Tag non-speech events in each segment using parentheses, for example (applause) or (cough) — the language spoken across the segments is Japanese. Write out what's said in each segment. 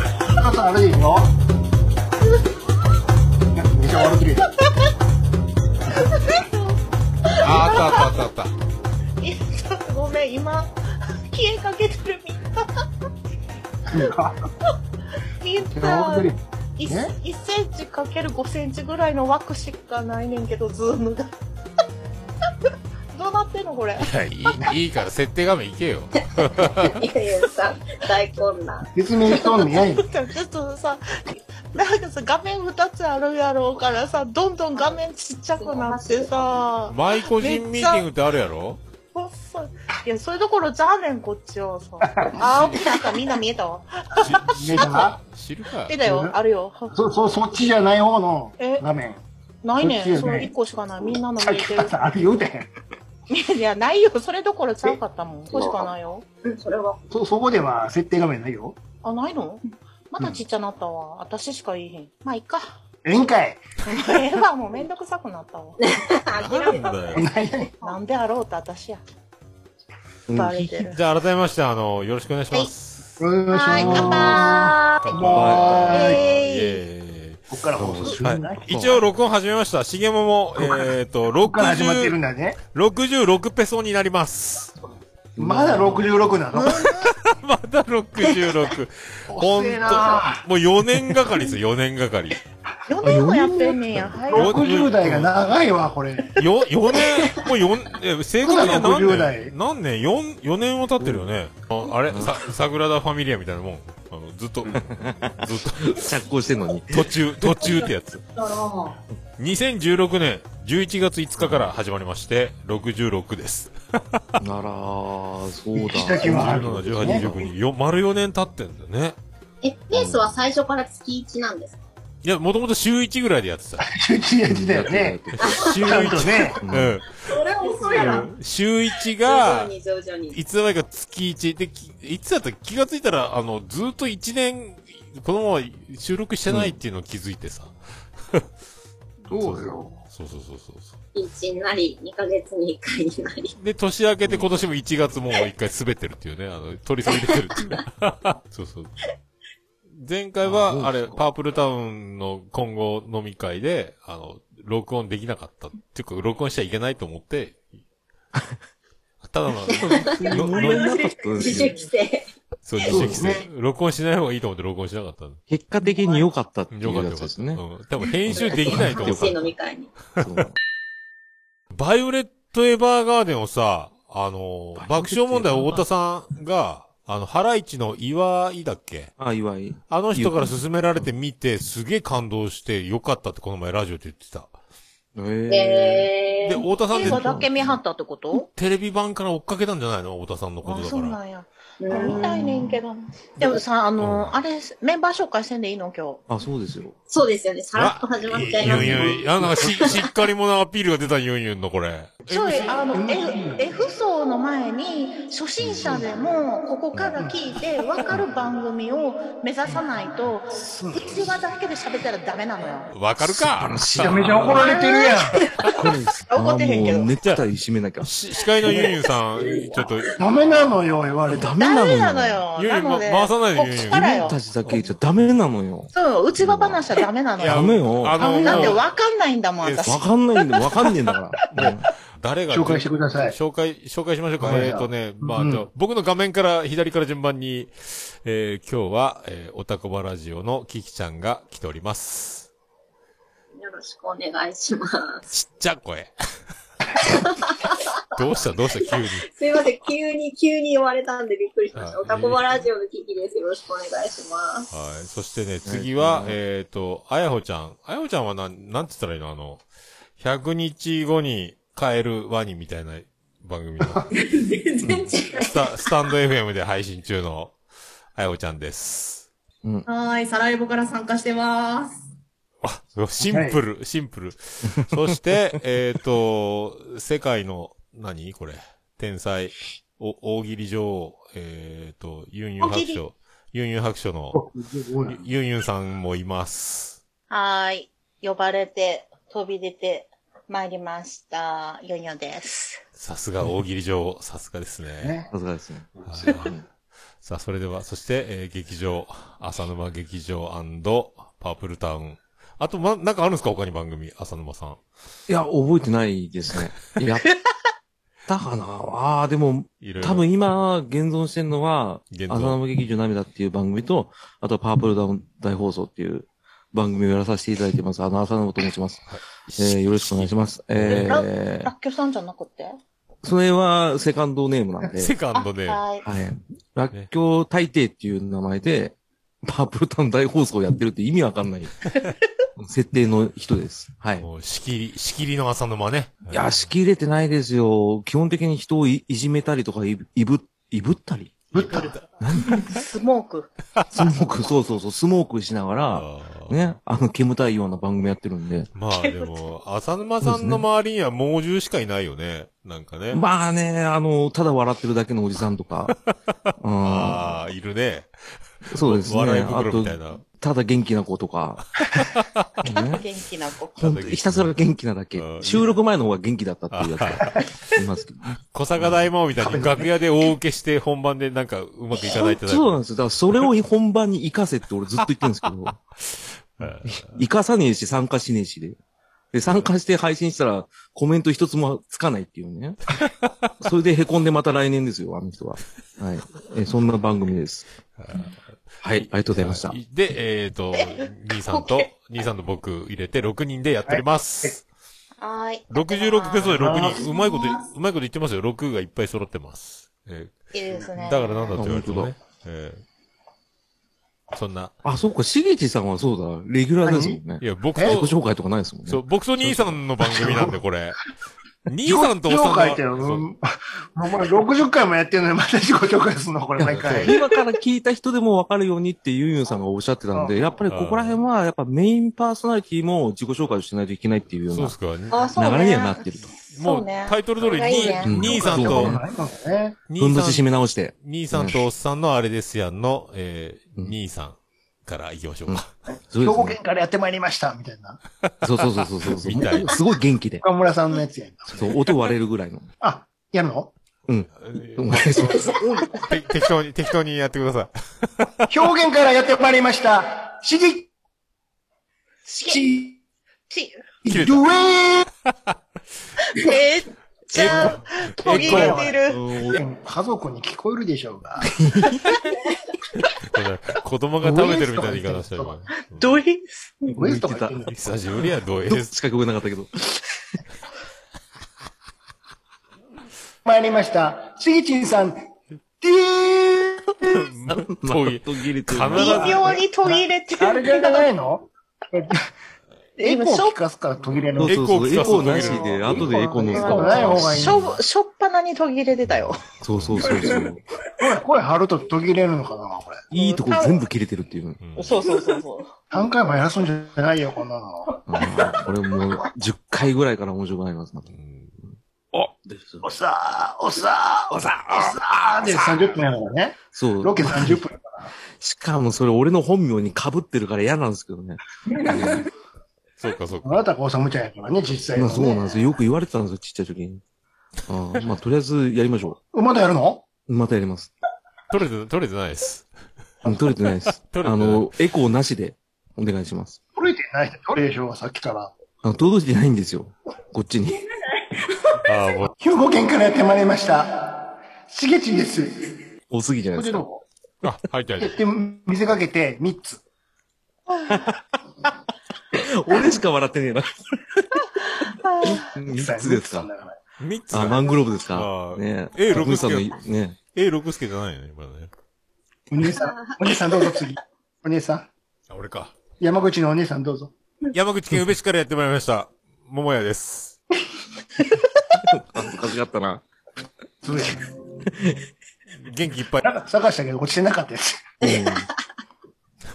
ダメですよ。いやめちゃ悪気です。ああったあったあったあっえっとごめん今 (laughs) 消えかけてるみんなみめんちゃな悪気です。 1, え1センチかける5センチぐらいの枠しかないねんけどズームが (laughs) どうなってんのこれたいやいいいいから設定画面行けよいやいやさ、大混乱。説明しとんねん。ちょっとさなんかさ画面2つあるやろうからさどんどん画面ちっちゃくなってさ舞個人ミーティングってあるやろほっそいいやそういうところじゃあねんこっち (laughs) はさあーなんかみんな見えたわし見えた知るかえだよあるよそ、そ、そっちじゃない方のえ画面。ないねこっちよんねその1個しかないみんなの見あ、えてるあれ言うてへん。いやないよそれどころちゃうかったもん1個しかないようん、それは。そ、そこでは設定画面ないよ。あ、ないのまだちっちゃなったわ。私しか言えへん。まあ、いっか。ええんかい。ええわ、もうめんどくさくなったわ。 (laughs) 諦めなたんだよないないなんであろうと私や。うんバレてる。じゃあ改めましてあのよろしくお願いしますお願いしはい、乾ます。杯乾は杯いえイエーイこっから放送するんだい。一応録音始めました。しげもも、えっ、ー、 (laughs) と、こっから始まってるん60だね。 66ペソになります。 (laughs) まだ66なのまだ66。ほん (laughs) 遅とえな。もう4年がかりですよ、4年がかり。ー4年もやってんねんや。はい。よ60代が長いわ、これ。よ、4年、もう4、え、正確には何60代年何年 ?4、4年は経ってるよね。ああれさ、サグラダ・ファミリアみたいなもん。あの、ずっと、ずっ着工してんの (laughs) に。と、途中、途中ってやつ。2016年11月5日から始まりまして、66です。ならー、そう行き先はある17、18、19、よ丸4年経ってんだよね。え、ペースは最初から月1なんですかいや、もともと週1ぐらいで (laughs) やってた。 11月だよね。週ちゃんと1。ね。ううんん。それ遅いな。週1徐々が、に徐々に。いつの間にか月1で、きいつだったら気がついたら、あの、ずっと1年、このまま収録してないっていうのを気づいてさ。 (laughs) そうよ。そうそうそうそうそ1になり、2ヶ月に1回になり。う。で、年明けて今年も1月もう1回滑ってるっていうね、あの、取り下げてるって (laughs) いう。そうそう。前回は、ああそうでれ、すかパープルタウンの今後飲み会で、あの、録音できなかった。っていうか、録音しちゃいけないと思って、 (laughs) ただの、の飲のめなかったんで自す主よ。規制。そう、自主規制。録音しない方がいいと思って録音しなかったの。結果的に良かったっていよかっうたよやつかでっすた。ね。うん。多分編集できないと思楽うしい飲み会に。そうバイオレット・エヴァーガーデンをさ、あの、爆笑問題太田さんが、あの、ハライチの岩井だっけあ、祝い。あの人から勧められて見て、すげえ感動して、よかったってこの前ラジオで言ってた。えー。で、えー。太田さん映画だってけ見はったってことテレビ版から追っかけたんじゃないの太田さんのことあ、だそかうなら。んや。うん見たいねんけど。でもさ、あの、あれ、メンバー紹介せんでいいの今日。あ、そうですよ。そうですよね。さらっと始まっちゃいまユすンね。ユン、あ、なんかし、 (laughs) しっかり者アピールが出たユンユンのこれ。ちょい、あの、F, F 層の前に、初心者でも、ここから聞いて、わかる番組を目指さないと、うちわだけで喋ったらダメなのよ。わかるかめちゃめちゃ怒られてるやん。これ、あ、怒もっうてへんけどネクタイ締めなきゃ。し司会のユンユンさん、ちょっと、ダメなのよ、言われた。ダダメなのメよ。なのよ。いやいやなので、ま回さないでこっいからや自分よ。たちだけじゃダメなのよ。そう、内輪話はダメなのいよ。ダメよ。あわの、もうなんでわかんないんだもん、いや私。かんないんだ、わかんねえんだから。もう誰が紹介してください。紹介、紹介しましょうか。はいえっ、とね、まあ、うんじゃあ僕の画面から、左から順番に、えー、今日は、えー、おたこばラジオのキキちゃんが来ております。よろしくお願いしまちす。っちゃい (laughs) 声。どうしたどうした急に。すいません。急に、急に言われたんでびっくりしましあた。おたこばラジオのキキです。よろしくお願いします。はい。そしてね、次は、えっ、と、あやほちゃん。あやほちゃんはなん、なんつったらいいのあの、100日後に帰るワニみたいな番組の、全然違う。スタ、スタンド FM で配信中の、あやほちゃんです。はい、サラエボから参加してます。シンプル、シンプル。そして、えっ、と、世界の、何これ。天才、お、大喜利女王、えっ、と、ユンユン白書、ユンユン白書の、ユンユンさんもいます。はーい。呼ばれて、飛び出て、参りました。ヨニョです。さすが大喜利女王、さすがですね。ね (laughs) さすがですね。はいさあ、それでは、そして、えー劇場、浅沼劇場パープルタウン。あと、ま、なんかあるんですか他に番組、浅沼さん。いや、覚えてないですね。やったかなああ、でも、いろいろ。多分今、現存してるのは、現存浅沼劇場涙っていう番組と、あと、パープルダウン大放送っていう番組をやらさせていただいてます。あの、浅沼と申 (laughs) します。えーよろしくお願いします。えーらっきょさんじゃなくてそれは、セカンドネームなんで。セカンドで、はい。はい。らっきょう大帝っていう名前で、パープルタウン大放送をやってるって意味わ (laughs) かんない設定の人です。はい。もう、仕切り、仕切りの浅沼ね。いや、仕切れてないですよ。基本的に人をいいじめたりとかい、いぶ、いぶっ (laughs) たりぶったスモーク。スモーク、そうそうそう、スモークしながら、あーね、あの、煙たいような番組やってるんで。 (laughs) まあでも、浅沼さんの周りには猛獣しかいないよね。なんかね。まあね、あの、ただ笑ってるだけのおじさん (laughs) とか。うああ、いるね。ん、そうですね。笑いあ袋みとた、いな。ただ元気な子 (laughs) とか。ね元気な子。ほんとひたすら元気なだあーいいけ。ね収録前の方が元気だったっていう (laughs) やつがいますけど。小坂大魔王みたいに楽屋で大受けして本番でなんかうまくいかないってなるそうなんですよ。だからそれを本番に活かせって俺ずっと言ってるんですけど、活かさねえし参加しねえしで。で、参加して配信したらコメント一つもつかないっていうね。それで凹んでまた来年ですよ、あの人は。はい。えそんな番組です。はい、ありがとうございました。で、えっ、と、兄さんと、兄さんと僕入れて6人でやっております。はい。 66ペソで6あ人。うまいこと、うまいこと言ってますよ。6がいっぱい揃ってます。えいいですーね。だからなんだって言われてもあ本ね。えーそんな。あ、そうか、しげちさんはそうだ。レギュラーですもんねい。や、僕自己と、紹介とかないですもんね。そう、僕と兄さんの番組なんで、こ (laughs) れ。兄よさんとおっさんうが書いてる。そもううお前60回もやってるのにまた自己紹介すんのこれ毎回。今から聞いた人でも分かるようにってユンユンさんがおっしゃってたんで、やっぱりここら辺は、やっぱメインパーソナリティも自己紹介をしないといけないっていうようそうなっすか。あ、そうね。流れにはなってると。もそうう、ねタイトル通そりれがいいねに、兄さんそうとね、ねふんどし兄さ締んめ直して。兄さんとおっさんのあれですやんの、えーうん兄さんから行きましょうか。そ兵うです庫ね県。からやってまいりましたみたいな。そうそうそうそうそう。みたいもうすごい元気で。岡村さんのやつやんな。そう、音割れるぐらいの。あ、やるのうん。え (laughs) おー願いします。て適当に、適当にやってください。表現からやってまいりました。しぎ、し、ち切ゆれえためっちゃ途切れてる。ー家族に聞こえるでしょうが。これ子供が食べてるみたいな言い方した今。ドリス。ウエストが言ってんの久しぶりや、どうえどっちか聞こえなかったけど。参りました。しぎちんさん、てぃ遠い。途切れてる必ず微妙に途切れてーあれる。じゃないのエコー聞かすから途切れそのう。そうそう。エエココーーななししでで、後でエコーのエコーない方がいいしょ、しょっぱなに途切れてたよ。そうそうそうそう。声、声張ると途切れるのかなこれ。いいとこ全部切れてるっていうう。んそうそうそうそう。 3回もやらすんじゃないよ、こんなの。あーこれもう、10回ぐらいから面白くなります。またうんおさー、おさー、おさー、おさーで30分やからね。そう。ロケ30分。しかもそれ俺の本名に被ってるから嫌なんですけどね。そうか、そうか。あなたがおさむちゃんやからね、実際まはあね。そうなんですよ。よく言われてたんですよ、ちっちゃい時に。ああまあとりあえずやりましょまだやるのう。またやります。取れて、取れてない (laughs) です。うん (laughs) 取れてないです。取れてないあの、エコーなしでお願いします。取れてない人、取れでしょうが、さっきから。あ届いてないんですよ。こっちに。ああ、もう、兵庫県からやってまいりました。しげちんです。 (laughs) 多すぎじゃないこでれすどか。うあ、入って入って。で、見せかけて3つ。俺しか笑ってねえな。 (laughs) 三つです三かつ。だら三つ。あ、マングローブですあかあ。ねええ文さんの六ね A6 助じゃないよね、今ね。お姉さん、お姉さんどうぞ次。お姉さん。あ俺か。山口のお姉さんどうぞ。山口県宇部市からやってまいりました。桃屋です。恥ずかしかったな。つぶやき元気いっぱい。なんか探したけど落ちてなかったです。うん。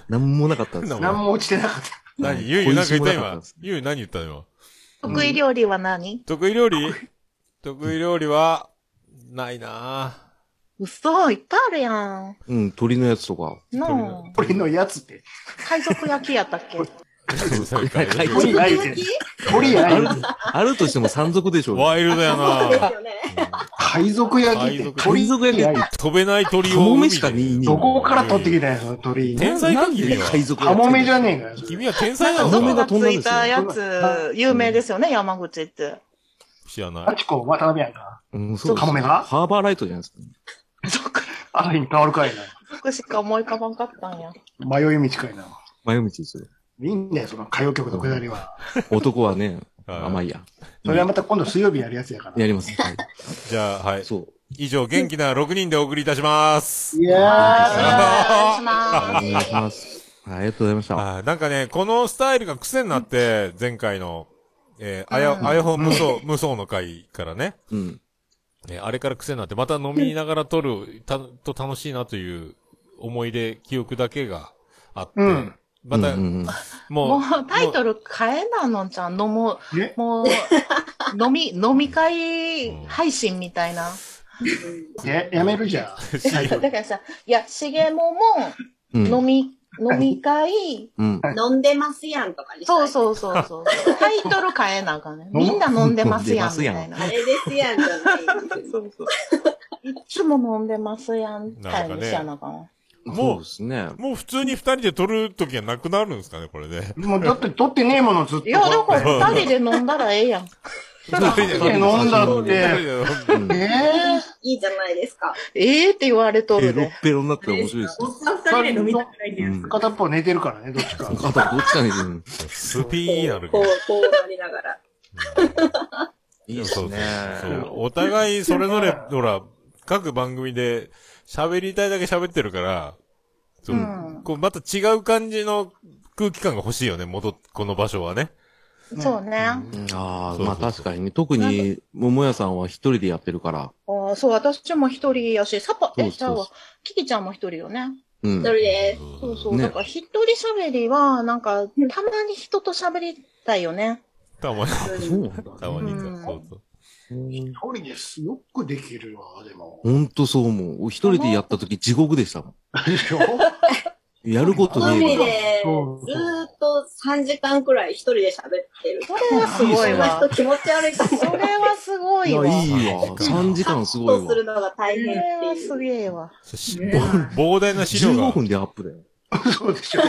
なんもなかったんですよ。何も落ちてなかった。何ゆうゆうなんか言った小石もな今かったんです。ゆうゆう何言った今。得意料理は何得意料理得意料理は、ないな嘘、いっぱいあるやん。うん、鳥のやつとか。のう鳥のやつって。海賊焼きやったっけ (laughs) ぁ。海賊鳥焼いてる。鳥焼いてる。あるとしても山賊でしょうね。ワイルドやなそうですぁ。よね。海賊焼きって鳥海賊焼き焼いて飛べない鳥カをモ海メで。しかねえねどこから取ってきたんや、その鳥居。天才か君は。海賊カモメじゃねえかよ。君は天才ななんのかカモ雲がつかメが飛んだんいですよたやつ、有名ですよね、山口って。知らなあい。ちこ渡辺やんか。うん、そうカモメがハーバーライトじゃないですか。そっか、あの日に変わるかいな。そこしか思い浮かばんかったんや。迷い道かいな。前道ですよ。いいんだよ、その歌謡曲のくだりは。男はね、はいあまあいいや。それはまた今度水曜日やるやつやから。やります。はいじゃあ、はい。そう。以上、元気な6人でお送りいたします。いやお願いしまお願いします。はいありがとうございました。あーなんかね、このスタイルが癖になって、前回の、えーあや、あやほ無双、無双の回からね、うん。ねあれから癖になって、また飲みながら撮る、た、と楽しいなという思い出、記憶だけがあって、うんまた、うんうんうんももう、うタイトル変えなのんちゃん、のもーねもう、飲み、飲み会配信みたいな。ややめるじゃん。最後だからさ、いや、しげもも、うん飲み、飲み会、うん。 (laughs) 飲んでますやんとかにしたいそうそうそうそう。タイトル変えなあかんね。みんな飲んでますやん、みたいな。あれですやんじゃないんですよ (laughs) そうそう。いつも飲んでますやん、タイムしやなあかん。そうですね。もう普通に二人で撮る時はなくなるんですかね、これで。もうだって取ってねえものずっと。いや、だかこうやっら二人で飲んだらええやん。て取って飲んだって。二人でうんええいいじゃないですか。ええって言われとペるロでッ。ペロになったら面白いですおね。っさん二人で飲みたくないってやつ。片っぽ寝てるからね、どっちか。あとどっちかに。うんスピーになるけどこう、こうなりながら。いいですね。そう。お互いそれぞれ、ほら、各番組で喋りたいだけ喋ってるから、そう。うんこう、また違う感じの空気感が欲しいよね、戻っ、この場所はね。そうね。ああそあ、うそうそうまあ確かにね。特に、桃屋さんは一人でやってるから。ーそう、私も一人やし、サパ、そえ、うそうそうちゃうわ。キキちゃんも一人よね。うん一。人でそうそう。ねだから一人喋りは、なんか、たまに人と喋りたいよね。たまに、す。そうなんだ。たまにかうんそうそう。一人ですよくできるわ、でも。 (laughs) ほんとそう思う。一人でやった時地獄でしたもでしょん。やるこ (laughs) と一ねえ人なで、そうずーっと3時間くらい一人で喋ってる。それはすごい今わ人。気持ち悪いかも。それはすごいわ。いや、いいわわ。3時間すごいそうするわ。のが大そ変っれはていすう。げえわ。そし膨大な資料が15。分でアップだよそうでしょ。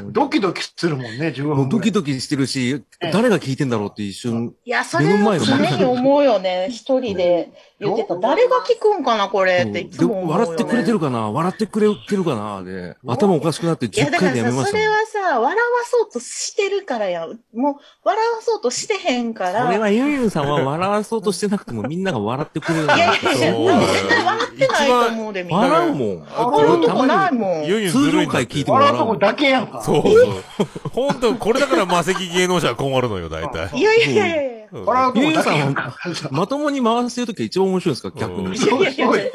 うん。ドキドキするもんね、15も分ぐうドらい。キドキしてるし、ええ誰が聞いてんだろうって一瞬、いや、それは常に思うよね。一人で言ってた。誰が聞くんかな、これっていつでも思うよ、ね。笑ってくれてるかな笑ってくれてるかなで、頭おかしくなっていや、 10だか回らでやめまさ、しそたもれん。はさ、笑わそうとしてるからや。もう、笑わそうとしてへんから。これはユンユンさんは笑わそうとしてなくてもみんなが笑ってくれる。いやいやいや、そう多分絶対笑ってないと思うで、みんな。笑うもん。笑うとこないん。もん。ユンユンず通るいん常だっ回聞いてても笑う笑とうもこん。だけやんか。そうそう。ほんと、これだから魔石芸能者は困るのよ、大体。いやいやいやいや。うん笑うとこだけやんか。まともに回してるときが一番面白いんですか逆うんに。そういやいやいやいや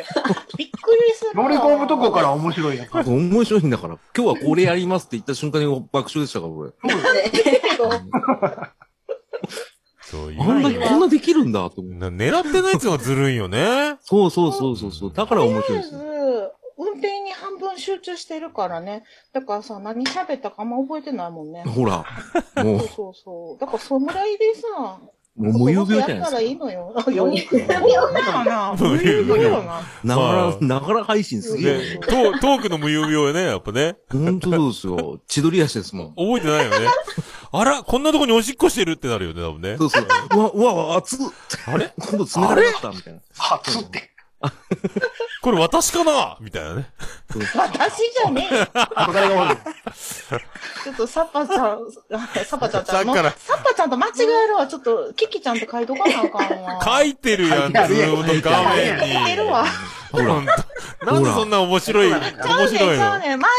びっくりするわ。 (laughs) 乗り込むとこから面白いやんか。面白いんだから。今日はこれやりますって言った瞬間に爆笑でしたから、俺。そういあんう。だけこんなできるんだと思う。な狙ってないやつがずるいよね。そうそうそうそうそう。だから面白いですとりよ。あえず、運転に半分集中してるからね。だからさ、何喋ったかあんま覚えてないもんね。ほら、もそうそうそう。だから、そんぐらいでさ、う、もう無遊病じゃないやっでたすら (laughs) か。いいのよ。あ、余裕だな。無余遊裕病だな。ながら、ながら配信すげえね、トートークの無遊病よね、やっぱね。な。ほんとそうですよ。千鳥足ですもん。覚えてないよね。あら、こんなとこにおしっこしてるってなるよね、多分ねそ。うそう。 (laughs) うわ、うわ、熱っ。あれ今度冷たかったみたいな。初 (laughs) って。これ私かなみたいなね。私じゃねえよ。答えが悪い。ちょっとサッパちゃん、サッパちゃんちゃんの、さっきからサッパちゃんと間違えるわ。ちょっと、キキちゃんと書いとかなあかんわ。書いてるやん、ず書いてるーっと画面に。書いてるわ。ほら。なんでそんな面白い、面ちゃうねん、ち白いゃうのねん。前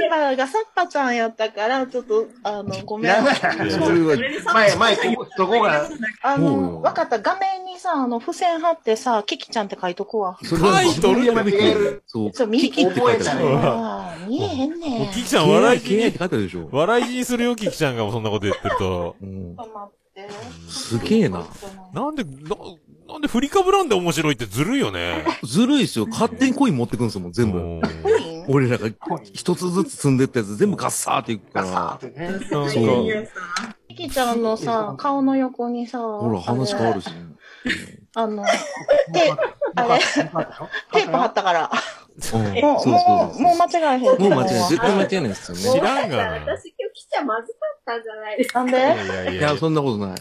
のメンバーがサッパちゃんやったから、ちょっと、あの、ごめんや。ばいい。それは、前、前、ここ、そこが、あそうの、よわかった。画面にさ、あの、付箋貼ってさ、キキちゃんって書いとくわ。それは、タイトルやめてくれる。そう。ちょ、見キキって書いてあうる。わあー見えへんね。もうんキキちちゃん KI 笑い死 KI っにて、書いてあるでしょ。笑い死にするよ、キキちゃんがそんなこと言ってると。うんょっと待って。すげえな。なんで、な、なんで振りかぶらんで面白いってずるいよね。ずるいですよ。勝手にコイン持ってくんですもん、全部。うんプリン俺らが一つずつ積んでったやつ全部ガッサーっていくかガサら。ーってね。なんかそうユンユンさんキキちゃんのさ、顔の横にさ、ほら、話変わるしね。ああの、テあれテープ貼った (laughs) から。うんもう、そうそうもそうう、もう間違えへんけもど。う間違いない。絶対間違いないですよ知ね。らんがな私今日来ちゃまずかったんじゃないですか。 (laughs) なんいで (laughs) やいやいいやや、。そんなことない。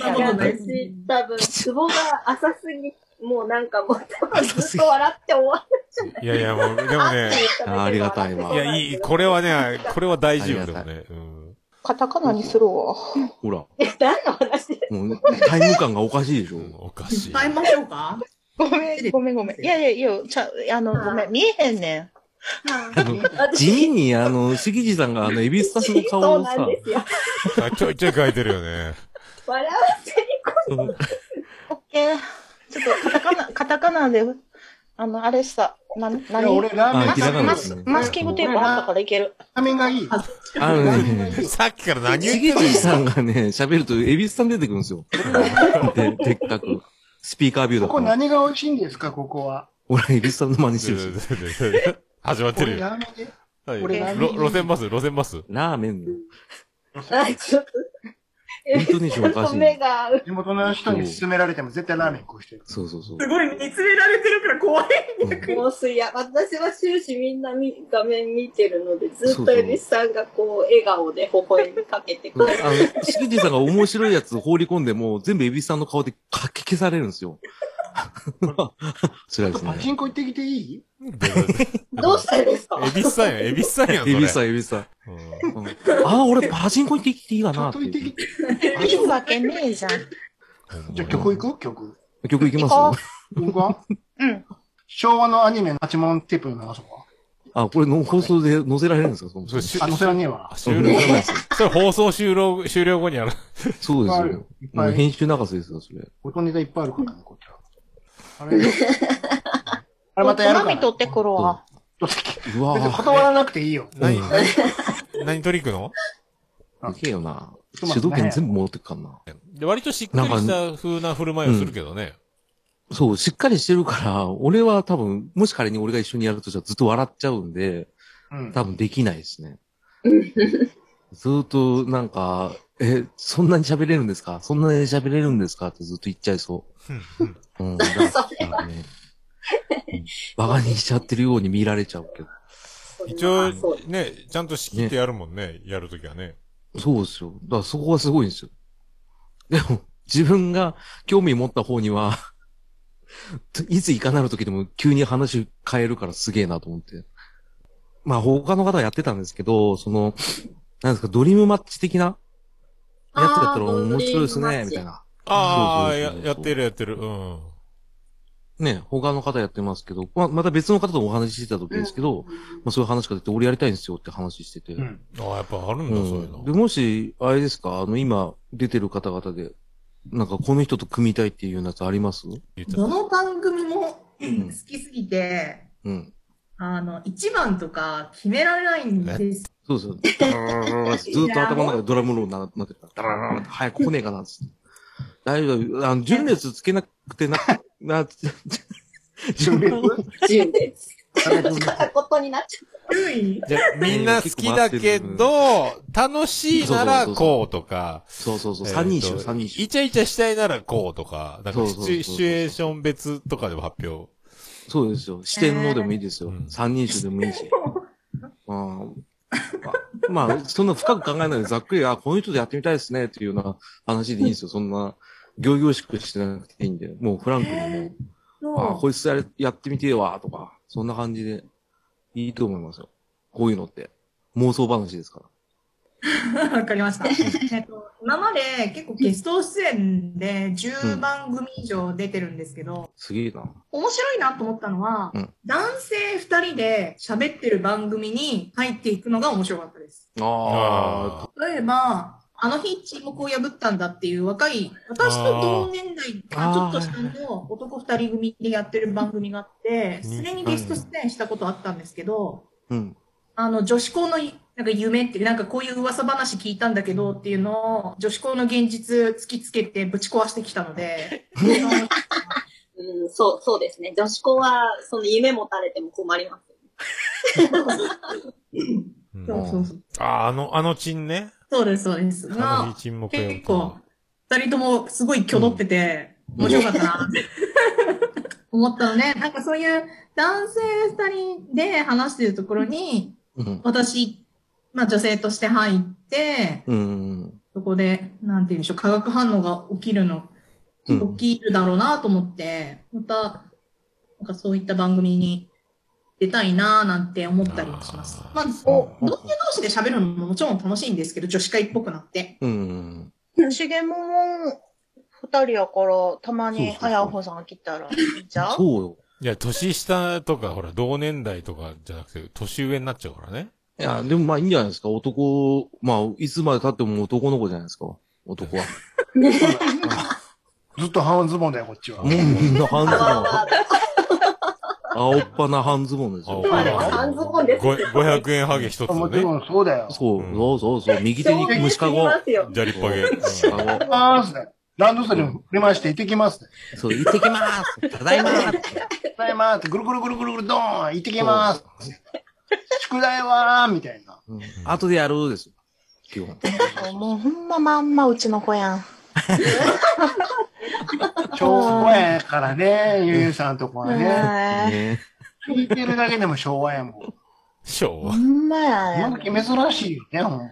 まあまあ私、多分、ツボが浅すぎ、もうなんかもう、多分ずっと笑って終わいやいや、もう、でもるねって、言っただけであーありがたいわいや、いい、これはね、これは大丈夫でもありね。うん。カタカナにするわ。ほら、え、何の話でもうタイム感がおかしいでしょ。おかしい。変えましょうかごめん、ごめん、ごめん。いやいや、いいよ。ちゃ、あの、ごめん、見えへんねん。地私、味に、あの、しぎじさんが、あの、エビスタスの顔そうをなんさ、ですよ。あちょいちょい書いてるよね。笑わせにオッケー。ちょっと、カタカナ、カタカナで、あの、あれした。な、なにいや俺、ラーメンあマひらがスなマですスね、マスキングテープあったからいける。ラーメンがいい。あのね、さっきから何言しってぎんのじさんがね、喋ると、エビスタン出てくるんですよ。で、でっかく。スピーカービューだこかこら。何が美味しいんですか、ここは。俺、エビスタンの真似してるんですよ。 (laughs) 始まって俺るよ。ラーメンで。はい俺ラーメろン路線バス、路線バス。ラーメンの。あ、ちょっと。イントネーションおかしい目が合う。地元の人に勧められても絶対ラーメン食う人いる。そうそうそう。すごい見つめられてるから怖い。うんもうすいや、私は終始みんなみ画面見てるので、ずっとエビスさんがこう、笑顔で微笑みかけてくある。の、しぎじさんが面白いやつ放り込んでも、全部エビスタンの顔でかき消されるんで (laughs) すよ。辛いですパね。チンコ行ってきていいどうしたんですかエビスさんやん、エビスさんやん、それ。エビスタン、エビスタン。うんうんああ、俺、パチンコ行ってきていいかちょなっってと行ってきいて。いいわけねえじゃん。じゃあ曲行く曲。う。曲行き行まこす行くわ (laughs) うん。昭和のアニメの八問テープ流そうか。あ、これの放送で載せられるんですかそもそそもれしゅあ、載せらんねえわ。終了後それ放送終了終了後にやる。そういっですぱいあるよよいっ。ぱいあもうる編集流すですよ、それ。音ネタいっぱいある (laughs) からね、こっちは。あれあれまたやるから。み取ってくるわ。うわ別にぁ、断らなくていいよ。何うん何何取り行くのうんいけよな。ちょっと待主って導権全部戻ってくかんな。で割としっかりした風な振る舞いをするけどね。そう、しっかりしてるから、俺は多分、もし仮に俺が一緒にやるとしたらずっと笑っちゃうんで、うん。多分できないですね。ずっと、なんか、え、そんなに喋れるんですかそんなに喋れるんですかってずっと言っちゃいそう。うん、だからね。バカにしちゃってるように見られちゃうけど。一応あそう、ね、ちゃんと仕切ってやるもんね、やるときはね。そうですよ。だからそこがすごいんですよ。でも、自分が興味持った方には、 (laughs) いついかなる時でも急に話変えるからすげえなと思って。まあ他の方はやってたんですけど、その、なんですか、ドリームマッチ的なやつだったらあー面白いですドリームマッね、チみたいな。ああ、そうそうやそうそうやってるやってる。うん。ね、他の方やってますけど、まあ、また別の方とお話ししてた時ですけど、まあそういう話が出て、俺やりたいんですよって話してて。うん。ああ、やっぱあるんだ、そういうので。もし、あれですか、あの、今、出てる方々で、なんか、この人と組みたいっていうようなやつあります言っちゃどっの番組もん好きすぎて、うん。あの、一番とか決められないんです。そうそう。ダラララララずーっと頭の中でドラムロールななってた。ダララララって早く来ねえかなっつって。大丈夫。あの、純烈つけなくてな、な、 (laughs) 純烈10です。誰 (laughs) が片言になっちゃっ9位たじゃあみんな好きだけど、楽しいならこうとか。そうそうそう、えーと三人一緒、三人一緒イ。チャイチャしたいならこうとか、なんかシそうそうそうそうチュエーション別とかでも発表。そうですよ。四天王でもいいですようん。三人一緒でもいいし。うんまあ、そんな深く考えないで、ざっくり、あ、この人でやってみたいですね、っていうような話でいいんですよ。そんな、行々しくしてなくていいんで、もうフランクにもう、あ、こいつやれやってみてえわ、とか、そんな感じで、いいと思いますよ。こういうのって。妄想話ですから。わかりました。えっと今まで結構ゲスト出演で10番組以上出てるんですけど、すげえな。面白いなと思ったのは、うん男性2人で喋ってる番組に入っていくのが面白かったです。ああ、例えば、あの日沈黙を破ったんだっていう若い、私と同年代、あーちょっと下の男2人組でやってる番組があって、うんそれにゲスト出演したことあったんですけど、うん。あの、女子校のいなんか夢っていう、なんかこういう噂話聞いたんだけどっていうのを、女子校の現実突きつけてぶち壊してきたの (laughs) で、あのた。うん、そう、そうですね。女子校は、その夢持たれても困ります。うんそうそうそう。ああ、あの、あのチンね。そうです、そうです。あのが日、沈黙結構、二人ともすごい挙動ってて、面白かったな。思ったので、なんかそういう男性二人で話してるところに、うん。私、まあ女性として入って、うん。そこで、なんて言うんでしょう、化学反応が起きるの、うん起きるだろうなと思って、また、なんかそういった番組に出たいななんて思ったりもしますあ。ーまあ、お同性同士で喋るのももちろん楽しいんですけど、女子会っぽくなって。うん。しげもも二人やから、たまにそうそうそうあやほさん来たら、いいんちゃうそうよ。いや、年下とか、ほら、同年代とかじゃなくて、年上になっちゃうからね。いや、でもまあいいんじゃないですか。男、まあ、いつまで経っても男の子じゃないですか。 (laughs) 男は。ずっと半ズボンだよ、こっちはもう。みんな半ズボン。青っぱな半ズボンですあよ。までも半ズボンですご500円ハゲ一つもちね。ろんそうだよ。そう、うんそうそうそう。右手に虫かご。すよ。砂利っぱげ。虫か行ってきますね。ランドセル振りまして、行ってきますね。ご。そう、行ってきます。ただいま。ただいまーって、ぐるぐるぐるぐるぐる、ドーン行ってきます。宿題はーみたいな。うん後でやるですよ。基本。もうほんままんまうちの子やん。昭和やからね、ゆうゆうさんとこはね。ねね聞いてるだけでも昭和やもん。こ昭ほ和。んまやのね。時珍しいよね、ほんま。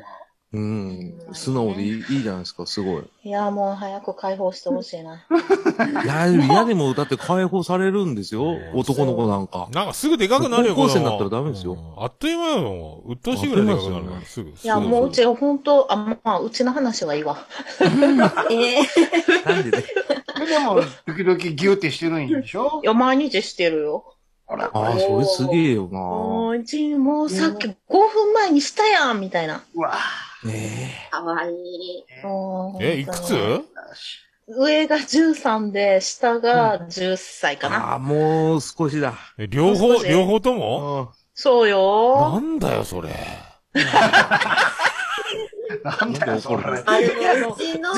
うん。素直でいいいいじゃないですか、すごい。いや、もう早く解放してほしいな。いや、いやでも、だって解放されるんですよね。男の子なんか。なんかすぐでかくなるよ、高校生子供になったらダメですようんあっという間よ、もう。うっとうしいぐらいでかくなるかあっという間ら、すぐ。いや、もううちほんと、あ、まあ、うちの話はいいわ。 (laughs) ええなんでね。でも、時々ギュってしてるんでしょいや、毎日してるよ。ほら、ああ、それすげえよなもう、うち、もうさっき5分前にしたやん、みたいな。うわねかわいい。もうえ、いくつ上が13で、下が10歳え。かな。ああ、もう少しだ。え両もう方、少し両方ともそうなよんだよ、それ。なんだよ、それ。あの、うちのー。、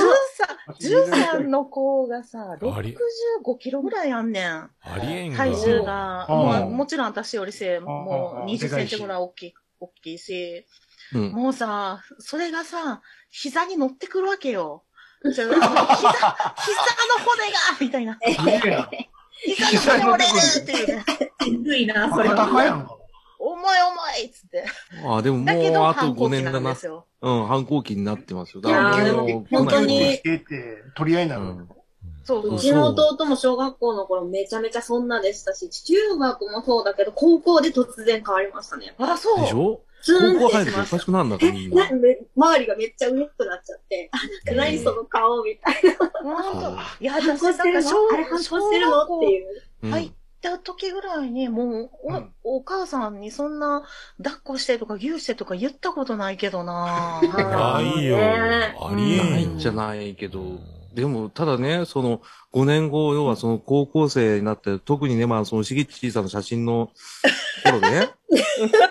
13、13の子がさ、あり65キロぐらいあんねん。ありえんが体う重が、んまあ、うんもちろん私よりせ、もううん20センチぐらい大きい、大きいし、うん。もうさ、それがさ、膝に乗ってくるわけよ。じゃあ膝、膝の骨がみたいな。いいやん。膝の骨折れるっていうね。えぐいな、それ赤は。高やんか。重い重いっつって。ああ、でももだけうど、あと反抗5期年なだんなで。すよ。うん、反抗期になってますよ。だいやーでももう本当に来ないしてて、取り合いになうる。んそうううそう。ちの弟も小学校の頃めちゃめちゃそんなでしたし、中学もそうだけど、高校で突然変わりましたね。あ、そう。でしょツーン高っ校入てしるとおまかししくなるんだから、みんなた。。め周りがめっちゃうれしくなっちゃって、何その顔みたい本当いや、な。私反抗なんしてるかの小あれ反抗してるのっていう。うんはい行った時ぐらいに、もうお、うんお母さんにそんな、抱っこしてとか、牛してとか言ったことないけどなあ、いいよ。ねありえんよ。ないんじゃないけど、でも、ただね、その、5年後、要はその高校生になって、特にね、まあ、その、しげちさんの写真の (laughs) 頃ね、こ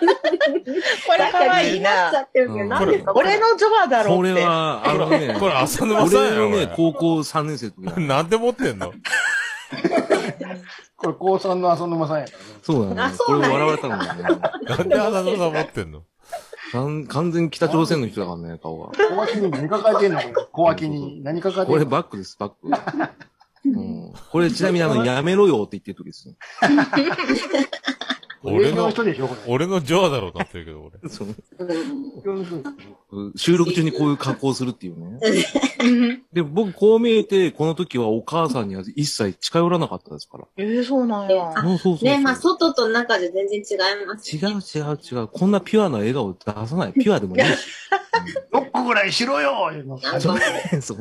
れ可か愛にいなっちな。ゃってるけど、なんでか俺のジョバだろこうれって。は、あのね、これ、浅沼さんや俺ろ、のね、こ高校3年生の時だれ。なんで持ってんのこれ、高3の浅沼さんやからね。そうだあね。そこうなれんや笑われたんだよねなんで浅沼さん持ってんの完。完全に北朝鮮の人だからね、顔が。小脇に何抱えてんのこれ。小脇に何抱えてこんれのバックです、バッ (laughs) ク。うん、これちなみにあの、やめろよって言ってる時ですよ。俺営業のの、人でしょ、これ。俺のジョアだろうとなってるけど、俺。そ営業の人でしょの収録中にこういう格好をするっていうね。 (laughs) うんで、僕こう見えて、この時はお母さんには一切近寄らなかったですから。えー、そうなんや。あそうそうそうね、まあ外と中で全然違います違う違う違う。こんなピュアな笑顔出さない。ピュアでもないし。ロックぐらいしろよ言うのなんかもうそう。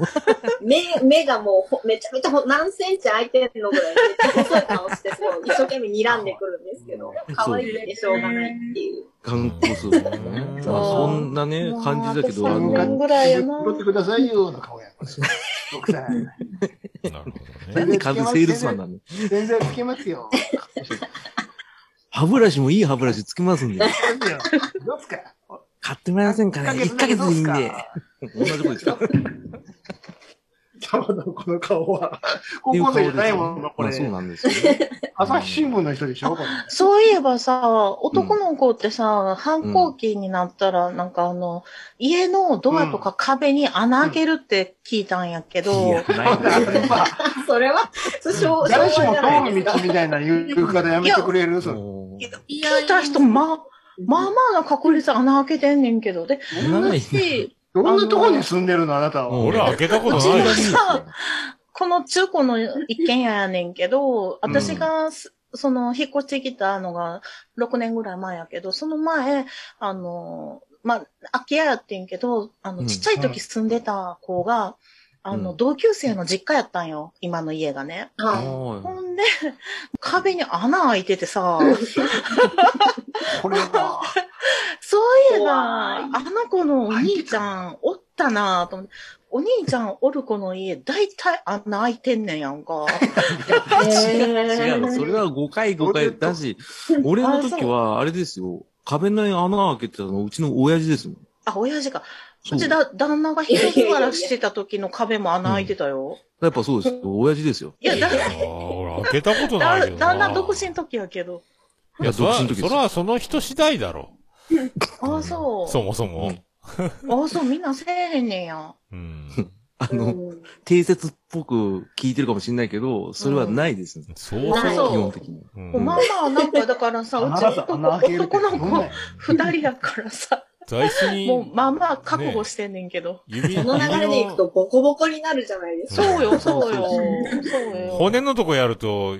目、目がもうほめちゃめちゃほ何センチ開いてるのぐらい、めっちゃ細い顔して、そう、一生懸命睨んでくるんですけど、可愛いでしょうがないっていう。観光するもんね。そうまあそんなね、もう感じだけど、ああと三年の、ぐらいやな。取ってくださいよの顔やん。これ奥さん。なるほどなね。んで完全セールスマンなんで。全然つけますよ。歯ブラシもいい歯ブラシつきますんで。つけますよ。どうっすか買ってもらえませんかね。1ヶ月でいいん一ヶで月。同じことですかち様のこの顔は、高校生じゃないもんな、こまあそうれ。なんですよね。朝日新聞の人でしょこれそういえばさ、男の子ってさ、反抗期になったら、なんかあの、家のドアとか壁に穴開けるって聞いたんやけど、いや、ないですねまあそれは、そしょう、誰ししょうもがない通でるすか道みたいな言う方やめてくれるそれもうい聞いた人、まあ、まあまあな確率穴開けてんねんけど、で、ない私、どんなとこに住んでるのあなたは。もう俺は開けたことうちないのよ。 (laughs) さ、この中古の一軒家やねんけど、私がす、その、引っ越してきたのが6年ぐらい前やけど、その前、あの、まあ、空き家やってんけど、あうの、んちっちゃい時住んでた子が、あの、うん同級生の実家やったんよ、今の家がね。はほんで、壁に穴開いててさ、これは。そういえば、怖いあの子のお兄ちゃんおったなぁと思って、お兄ちゃんおる子の家、だいたい穴開いてんねんやんか。い。違うの。へ (laughs) それは5回5回だし、俺の時は、あれですよ。壁の穴開けてたの、うちの親父ですもん。あ、親父か。そううちだ、旦那が一人暮らししてた時の壁も穴開いてたよ。やっぱそうですよ。親父ですよ。いや、だ、ああ、俺開けたことないだけどな。旦那独身の時やけど。いや、それは、独身の時ですそよれはその人次第だろ。あ、そうそもそも。う。あ、そう、みんなせえへんねんや。うん。あーうの、ん定説っぽく聞いてるかもしれないけど、それはないですね。そうあ基そう本的に。うまあ (laughs) ん。まあ、なんかだからさ、うち男男の子二人やからさ、座椅子に、も (laughs) うまあまあ覚悟してんねんけど。指、この流れでいくとボコボコになるじゃないですか。そうよ、そうよ。そう指のよ。骨のとこやると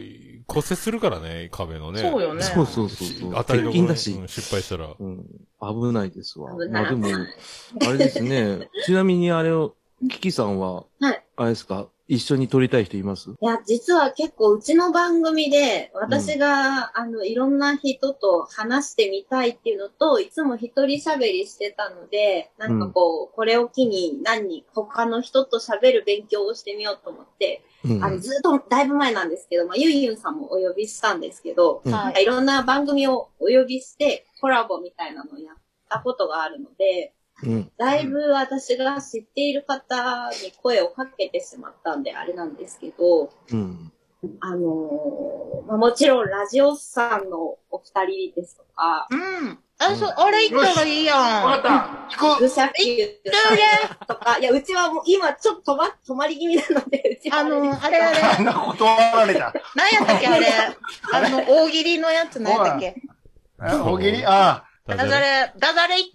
骨折するからね、壁のね。そうよねそうそうそうそう。当たり鉄どころ筋だにしう。ん失敗したら。うん。危ないですわ。危ないまあでも、あれです (laughs) ね。ちなみにあれを、キキさんは、はいあれですか、一緒に撮りたい人いますいや、実は結構うちの番組で、私が、あの、いろんな人と話してみたいっていうのと、いつも一人喋りしてたので、なんかこう、これを機に何人、他の人と喋る勉強をしてみようと思って、うんあの、ずっとだいぶ前なんですけど、まあ、ゆいゆんさんもお呼びしたんですけど、うんなはんかい。いろんな番組をお呼びして、コラボみたいなのをやったことがあるので、うん。だいぶ私が知っている方に声をかけてしまったんで、あれなんですけど、うん。あのーまあ、もちろんラジオさんのお二人ですとか、うん。あ、そう、あれ行ったらいいやわん。かった。聞く。愚者級とか、いや、うちはもう今ちょっと止ま、止まり気味なので、うちはあの、あれあれ、あんな断られた。何やったっけあれ。 (laughs) あの、大喜利のやつ何やったっけあ大喜利あダジャレ、ダジャレ言っ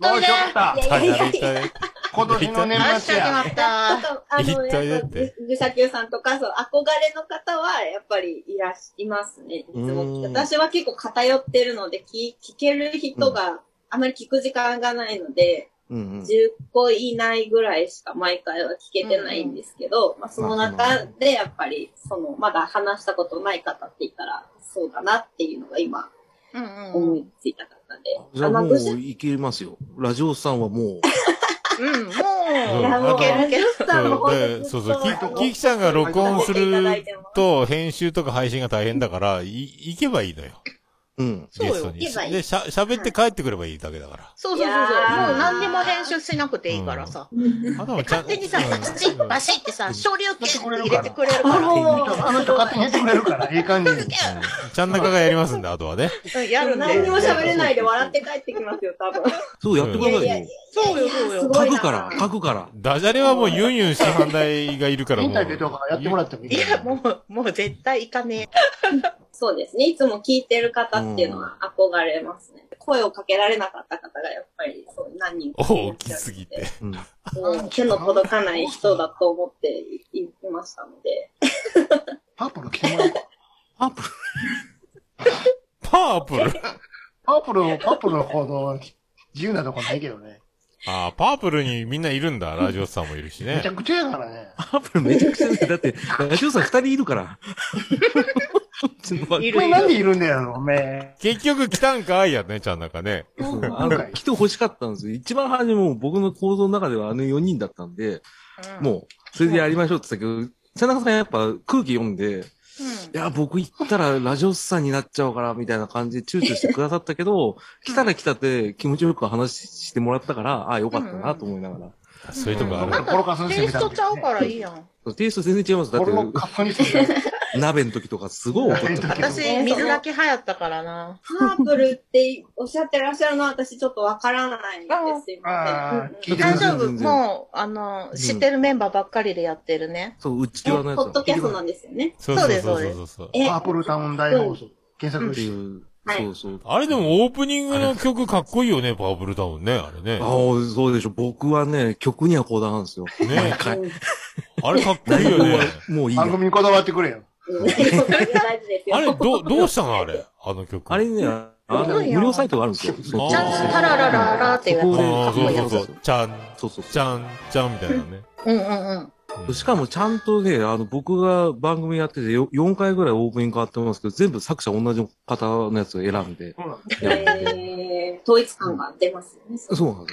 あ。もとういでちょっいと。やダいジャレやいやいや、痛い今年の年話し末てや。まっやたっ。とあの、一体だやっっぱてぐさきゅうさんとか、そう、憧れの方は、やっぱりいらし、いますね。いつうも。ーん私は結構偏ってるので、聞、聞ける人が、あまり聞く時間がないので、うんうん。 10個以内ぐらいしか毎回は聞けてないんですけど、まあ、その中でやっぱりそのまだ話したことない方って言ったらそうだなっていうのが今うんうん。う思ん、いついたかったんで、じゃあまあもぐさういけますよ。ラジオさんは (laughs) ももうう、んラあボとラジオさんの方そうででずそっうそう。とキあのキキさんが録音するさせていただいてますと、編集とか配信が大変だから、い、行けばいいのよ。う、うん。そうゲよストに。行けばいいで、しゃ、喋って帰ってくればいいだけだから。そうそうそうそう。いもうやー何にも編集しなくていいからさ。あとはちゃん勝手にさ、バシッ、バシッってさ、省量券入れてくれるあから。の人あの人勝手に言ってくれるから、いい感じに。ちゃん中がやりま (laughs) すんで、あとはね。うんやるん何にでも。喋れないで笑って帰ってきますよ多分そうやってくだいさやいよ。そうよ、そうすよご。書いなくから、書くから。ダジャレはもうユンユン師範代がいるからイ (laughs) もう。ンタビューとかやってもらってもいいいや、もう、もう絶対行かねそうですねいつも聞いてる方っていうのは憧れますね、声をかけられなかった方がやっぱりそう何人かいら大っしゃるのできすぎて。うん。もう手の届かない人だと思っていいましたので。パープル来てもらおうか。アップパープル。パープル、パープルのほど自由なとこないけどね。ああ、パープルにみんないるんだ。ラジオさんもいるしめち (laughs) ねゃ。くちゃやからね。アップルめちゃくちゃですよだって、ラジオさん二人いるから。いこるれ (laughs) なんでいるんだよ、おめえ。結局来たんかいやね、ちゃん中ね。あの、来て欲しかったんですよ。一番初めもう僕の構造の中ではあの4人だったんで、え。うん、もう、それでやりましょうって言ったけど、田中さんやっぱ空気読んで、いや、僕行ったらラジオスさんになっちゃうから、みたいな感じで躊躇してくださったけど、来たら来たって気持ちよく話してもらったから、ああ、よかったなと思いながら。そういうとこある。なんか転がすんしてテイみたスんだけどトねちゃうからいいやん。テイスト全然違います。だっ俺もて、カットにしてた。鍋の時とかすごい怒って (laughs) た。私、水だけ流行ったからな。パープルっておっしゃってらっしゃるのは私ちょっとわからないんですよ、ああ、聞いて全ま大然す丈全夫。然もう、あの、知ってるメンバーばっかりでやってるね。そう、うちね。わのねやつポッなのドキャストなんですよね。そうそうそうそうそう。え、パープルタウン大放送。検っ索てしいて。う。はいそうそう。あれでもオープニングの曲かっこいいよね、パープルタウンね、あれねあ。あ、そうでしょ。僕はね、曲にはこだわるんですよ。ねうんうんあれかっこいいよね。もういいや番組にこだわってくれよ。大事ですよ。あれ、ど、どうしたのあれあの曲。あれね、あの、無料サイトがあるんですよ。そうあーちゃん、タララララっていうやそこああ、でそうそうそう。ちゃん、そうそうそう。ちゃん、ちゃんみたいなね。つ。うんうんうん。うんしかもちゃんとね、あの、僕が番組やっててよ4回ぐらいオープニング変わってますけど、全部作者同じ方のやつを選んでそうなのやるんで。えー、統一感が出ますよね。そうなんで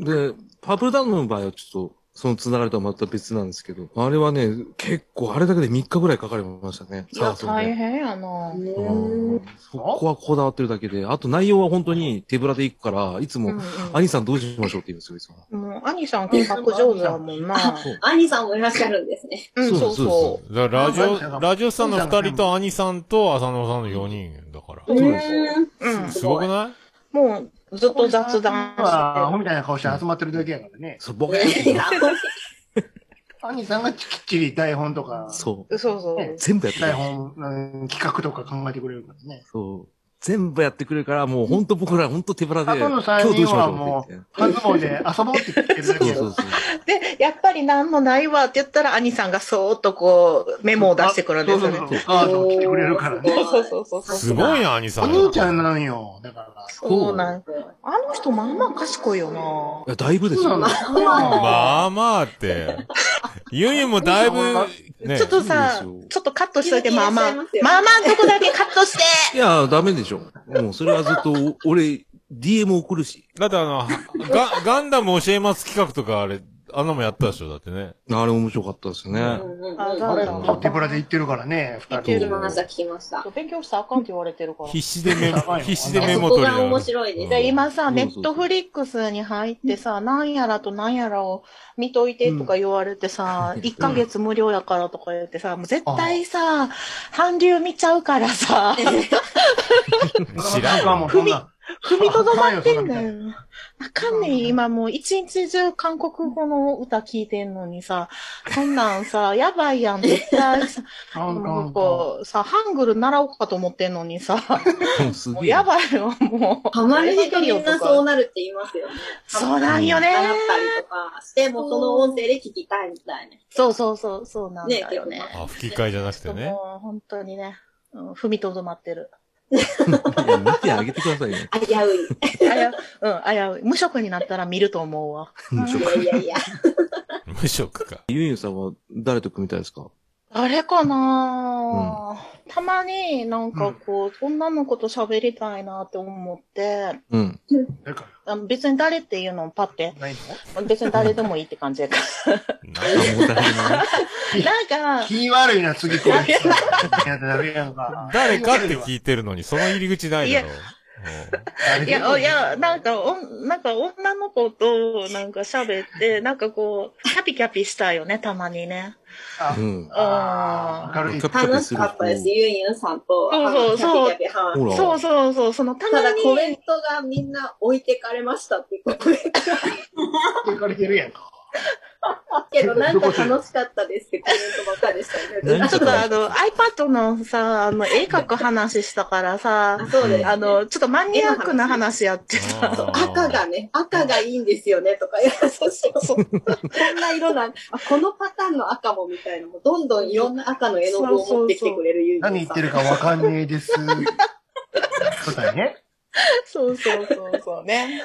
すで、パープルダウンの場合はちょっと、そのつながりとはまた別なんですけど、あれはね、結構あれだけで3日ぐらいかかりましたね。いや、探すので大変やな。ううんそこはこだわってるだけで、あと内容は本当に手ぶらで行くから、いつうも、んアニさんどうしましょうって言うんですよ、いつも。うん。もう、兄さん企画上手だもんな。そう兄さんもいらっしゃるんですね。うん、そうそうそうそそうう。だからラジあオ、ラジオさんの二人と兄さんと浅野さんの四人だから。そうですん。うん。すごくないもう、ずっと雑談まあ、アホしみたいな顔して集まってるだけやからね。そう、ボケいや兄さんがきっちり台本とか、そう。て。そうそう。全部やってくれ台る。本、うん企画とか考えてくれるからね。そう。全部やってくれるから、もう本当僕ら本当手ぶらあで、と今の日ど3うし人ましょはうっもて言う、初詣で遊ぼうって言ってるだけって。やそうそうそう。で、やっぱり何もないわって言ったら、兄さんがそーっとこう、メモを出してくるんですよねそう。そうそうカードを来てくれるからね。そうそうそうそう。すごいな、兄おさん。兄ちゃんなんよ。だから。そうなんあの人、まあまあ賢いよないや、だいぶですそうよ。なの。 (laughs) まあまあって。ゆゆもだいぶ、ねちょ。っとさ、いいですよちょっとカットしといて、まあまあ。いらまっしゃいますよあまあのとこだけカットしていや、ダメでしょ。もうそれはずっと、お俺、DM 送るし。だってあの、ガ、ガンダム教えます企画とかあれ、あんなもんやったでしょだってね。あれ面白かったですね。ああガれ、ちンダょムっと手ぶらで行ってるからね、二人聞き。ました、聞きました。勉強したらあかんって言われてるから。必死でメやばモ、いよ必死でメそモこ取りなががら面白いです。うんで、今さ、うんそネうそうットフリックスに入ってさ、なんやらとなんやらを見といてとか言われて (laughs) さ、1ヶ月無料やからとか言ってさ、もう絶対さ、韓流見ちゃうから (laughs) さ、知らんわ。わもうそんな。踏みとどまってんだあかんよそんなよ。あかんねん、今もう一日中韓国語の歌聞いてんのにさ、そんなんさ、やばいやん、絶対さ、カンカ (laughs) なんンカかさ、ハングル習おうかと思ってんのにさ、もうすもげうえ。やばいよ、もう。ハマる人みんなそうう。なるって言いますよね。そうなんよね。ハマったりとかして、もうその音声で聞きたいみたいな。そうそうそう、そうなんだよねね。あ、吹き替えじゃなくてね。もう本当にね、うん踏みとどまってる。いや見てあげてくださいよ。危う危う、 (laughs) うん、危うい。無職になったら見ると思うわ。無職い。いやいやいや。無職か。ゆんゆんさんは誰と組みたいですかあれかな、たまになんかこう、女の子と喋りたいなって思って、うん。ン。だかあの別に誰っていうのをパって、ら、ないの別に誰でもいいって感じやかあ、もう大変だね。ら。なんか、気悪いな、次こいつ。いやなるやんか。誰かって聞いてるのに、その入り口ないだろ。いや、おいや、なんか、おんなんか女の子となんか喋って、なんかこう、キャピキャピしたいよね、たまにね。あうん。あー、明るい。楽しかったです、ゆんゆんさんと。そうそうキャピキャピはいほら。そうそうそう、そのたたまだに。コメントがみんな置いてかれましたってコメントがてかれてるやんか。けど、なんか楽しかったですってコメントばっかでしたよね。何ちょっとあの、iPad のさ、あの、絵描く話したからさ、あそうですねあの、ちょっとマニアックな話やってさ、あー赤がね、赤がいいんですよねとか、いや、そうそうそう。こんな色なん、あこのパターンの赤もみたいなのも、どんどんいろんな赤の絵の具を持ってきてくれるゆう何言ってるかわかんねえです。 (laughs) 答えね。そうそうそうそうね。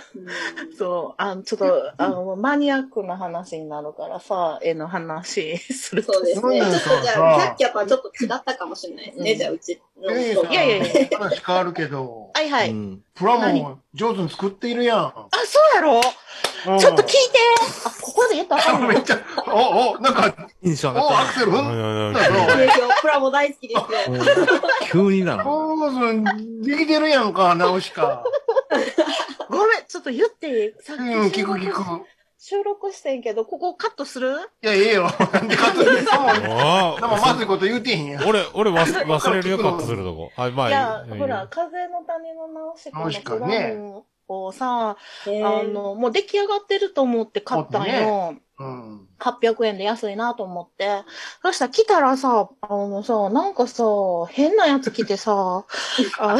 そう、あの、ちょっと、あの、マニアックな話になるからさ、絵の話すると。そうですね。ちょっとじゃあ、キャッキャとはちょっと違ったかもしれないですね。うんじゃあ、うちのええ人さが。いやいやいや話変わるけど、はいはい。うん。プラモ上手に作っているやん。あ、そうやろちょっと聞いていあ、ここで言ったらあか (laughs) んのめっちゃ、お、お、なんか、テンション上お、がアっクセル踏んうんだぞ。ですよ。プラも大好きですよ。たな。急になの。上手にできてるやんか、直しか。ごめん、ちょっと言っていいさっうきん、聞く聞く。収録してんけど、ここカットするいや、ええよ。なんでカットするでも、であもまあ、ずいこと言うてへんやん。俺、俺わす忘れるよ、カットするとこ。はい、まあいや、いいほら、風の谷の直しこの確プかにラねモをさ、えあの、もう出来上がってると思って買ったんよ。うん。 800円で安いなと思って。そしたら来たらさ、あのさ、なんかさ、変なやつ来 (laughs) てさ、あ